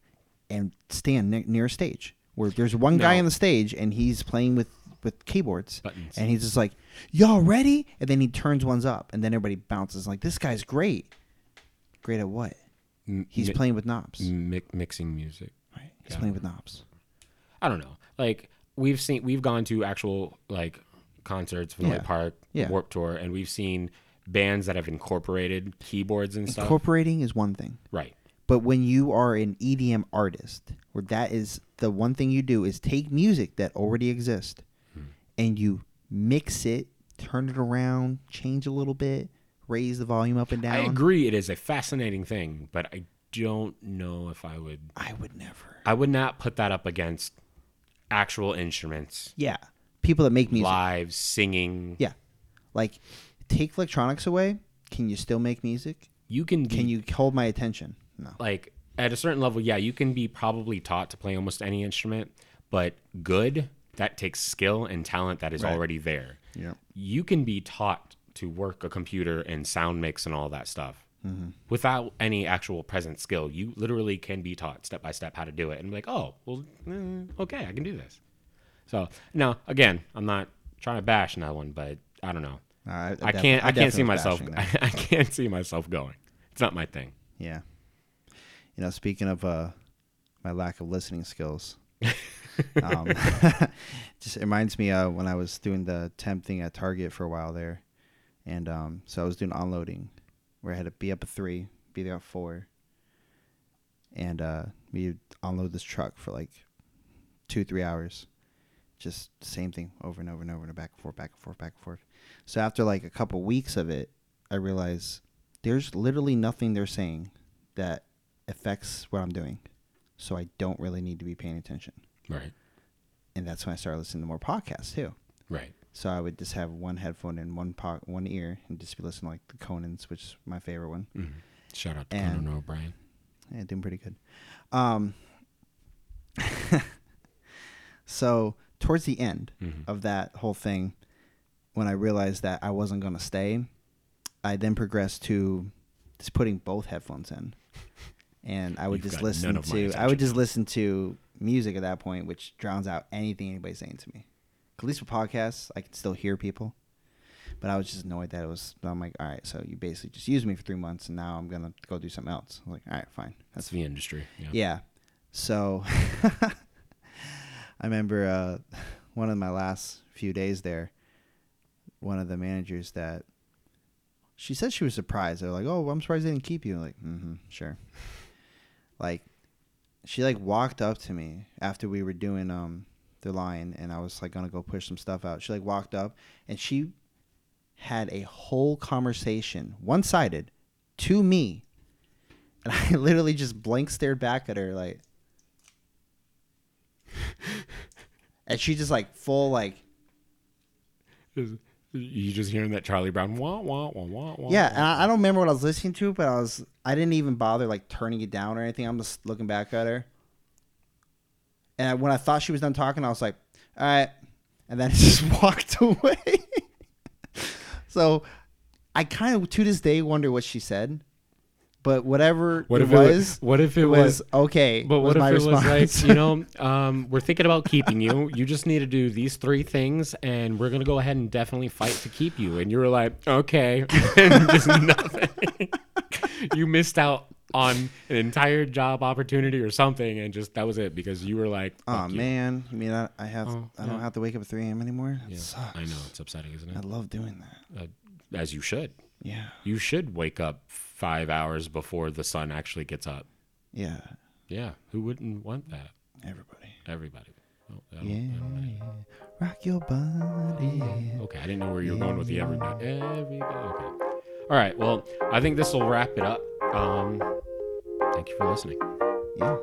Speaker 2: and stand ne- near a stage where there's one guy
Speaker 1: No.
Speaker 2: on the stage and he's playing with with keyboards
Speaker 1: Buttons.
Speaker 2: and he's just like, "Y'all ready?" And then he turns ones up and then everybody bounces. Like this guy's great. Great at what?
Speaker 1: M-
Speaker 2: He's
Speaker 1: mi-
Speaker 2: playing with knobs.
Speaker 1: mi- mixing music.
Speaker 2: Right. He's
Speaker 1: Yeah.
Speaker 2: playing with knobs.
Speaker 1: I don't know. Like we've seen, we've gone to actual like concerts, Fenway
Speaker 2: Yeah.
Speaker 1: Park,
Speaker 2: Yeah.
Speaker 1: Warp Tour, and we've seen bands that have incorporated keyboards and stuff.
Speaker 2: Incorporating is one thing.
Speaker 1: right.
Speaker 2: But when you are an EDM artist, where that is the one thing you do is take music that already exists
Speaker 1: Hmm.
Speaker 2: and you mix it, turn it around, change a little bit, raise the volume up and down.
Speaker 1: I agree. It is a fascinating thing, but I don't know if I would.
Speaker 2: I would never.
Speaker 1: I would not put that up against actual instruments,
Speaker 2: Yeah. People that make music.
Speaker 1: live singing.
Speaker 2: Yeah. Like take electronics away, can you still make music?
Speaker 1: You can be
Speaker 2: Can you hold my attention? No.
Speaker 1: like at a certain level, yeah, you can be probably taught to play almost any instrument, but good that takes skill and talent that is
Speaker 2: Right.
Speaker 1: already there.
Speaker 2: Yeah.
Speaker 1: You can be taught to work a computer and sound mix and all that stuff
Speaker 2: Mm-hmm.
Speaker 1: without any actual present skill. You literally can be taught step by step how to do it and be like, oh, well, mm, okay, I can do this. So now, again, I'm not trying to bash that one, but I don't know.
Speaker 2: No, I,
Speaker 1: I can't. I can't see myself.
Speaker 2: there.
Speaker 1: I, can't see myself going. It's not my thing.
Speaker 2: Yeah. You know, speaking of uh, my lack of listening skills, um, just it reminds me uh, when I was doing the temp thing at Target for a while there. And um, so I was doing unloading where I had to be up at three, be there at four. And uh, we would unload this truck for like two, three hours. Just same thing over and over and over and back and forth, back and forth, back and forth. So after like a couple weeks of it, I realized there's literally nothing they're saying that affects what I'm doing. So I don't really need to be paying attention.
Speaker 1: Right.
Speaker 2: And that's when I started listening to more podcasts too.
Speaker 1: Right.
Speaker 2: So I would just have one headphone in one po- one ear and just be listening to like the Conan's, which is my favorite one.
Speaker 1: Mm-hmm. Shout out to
Speaker 2: And-
Speaker 1: Conan O'Brien.
Speaker 2: Yeah, doing pretty good. Um, so towards the end
Speaker 1: Mm-hmm.
Speaker 2: of that whole thing, when I realized that I wasn't gonna stay, I then progressed to just putting both headphones in, and I would
Speaker 1: You've
Speaker 2: just
Speaker 1: got none
Speaker 2: listen
Speaker 1: of my
Speaker 2: to I
Speaker 1: attention
Speaker 2: would just listen to music at that point, which drowns out anything anybody's saying to me. 'Cause At least with podcasts, I can still hear people. But I was just annoyed that it was. I'm like, all right, so you basically just used me for three months, and now I'm gonna go do something else. I'm like, all right, fine.
Speaker 1: That's the industry.
Speaker 2: Yeah. So I remember uh, one of my last few days there, one of the managers that she said she was surprised. They're like, "Oh, I'm surprised they didn't keep you." I'm like, mm-hmm, sure. like, she like walked up to me after we were doing um the line, and I was like gonna go push some stuff out. She like walked up, and she had a whole conversation, one sided, to me And I literally just blank stared back at her like And she just like full like
Speaker 1: You just hearing that Charlie Brown wah wah wah wah wah.
Speaker 2: yeah, and I, I don't remember what I was listening to, but I was I didn't even bother like turning it down or anything. I'm just looking back at her. And I, when I thought she was done talking, I was like, "All right," and then just walked away. so, I kind of to this day wonder what she said, but whatever
Speaker 1: What
Speaker 2: it
Speaker 1: if it
Speaker 2: was,
Speaker 1: was? What if it
Speaker 2: was,
Speaker 1: was?
Speaker 2: okay.
Speaker 1: But
Speaker 2: was
Speaker 1: what if
Speaker 2: my
Speaker 1: it
Speaker 2: response.
Speaker 1: was like you know, um, we're thinking about keeping you. You just need to do these three things, and we're gonna go ahead and definitely fight to keep you. And you were like, okay, and just nothing. you missed out on an entire job opportunity or something, and just that was it because you were like,
Speaker 2: oh
Speaker 1: fuck you.
Speaker 2: man, I mean, I, I have
Speaker 1: Oh,
Speaker 2: I don't
Speaker 1: yeah.
Speaker 2: have to wake up at 3 a.m. anymore. That
Speaker 1: Yeah,
Speaker 2: sucks.
Speaker 1: I know it's upsetting, isn't
Speaker 2: I
Speaker 1: it?
Speaker 2: love doing that.
Speaker 1: Uh, as you should.
Speaker 2: Yeah,
Speaker 1: You should wake up five hours before the sun actually gets up.
Speaker 2: yeah,
Speaker 1: Yeah, who wouldn't want that?
Speaker 2: everybody.
Speaker 1: Everybody. Oh, I don't- I
Speaker 2: Yeah,
Speaker 1: don't know.
Speaker 2: rock your body.
Speaker 1: Okay, I didn't know where you were going with the everybody. Everybody. Okay. All right. Well, I think this will wrap it up. Um, thank you for listening.
Speaker 2: Yeah.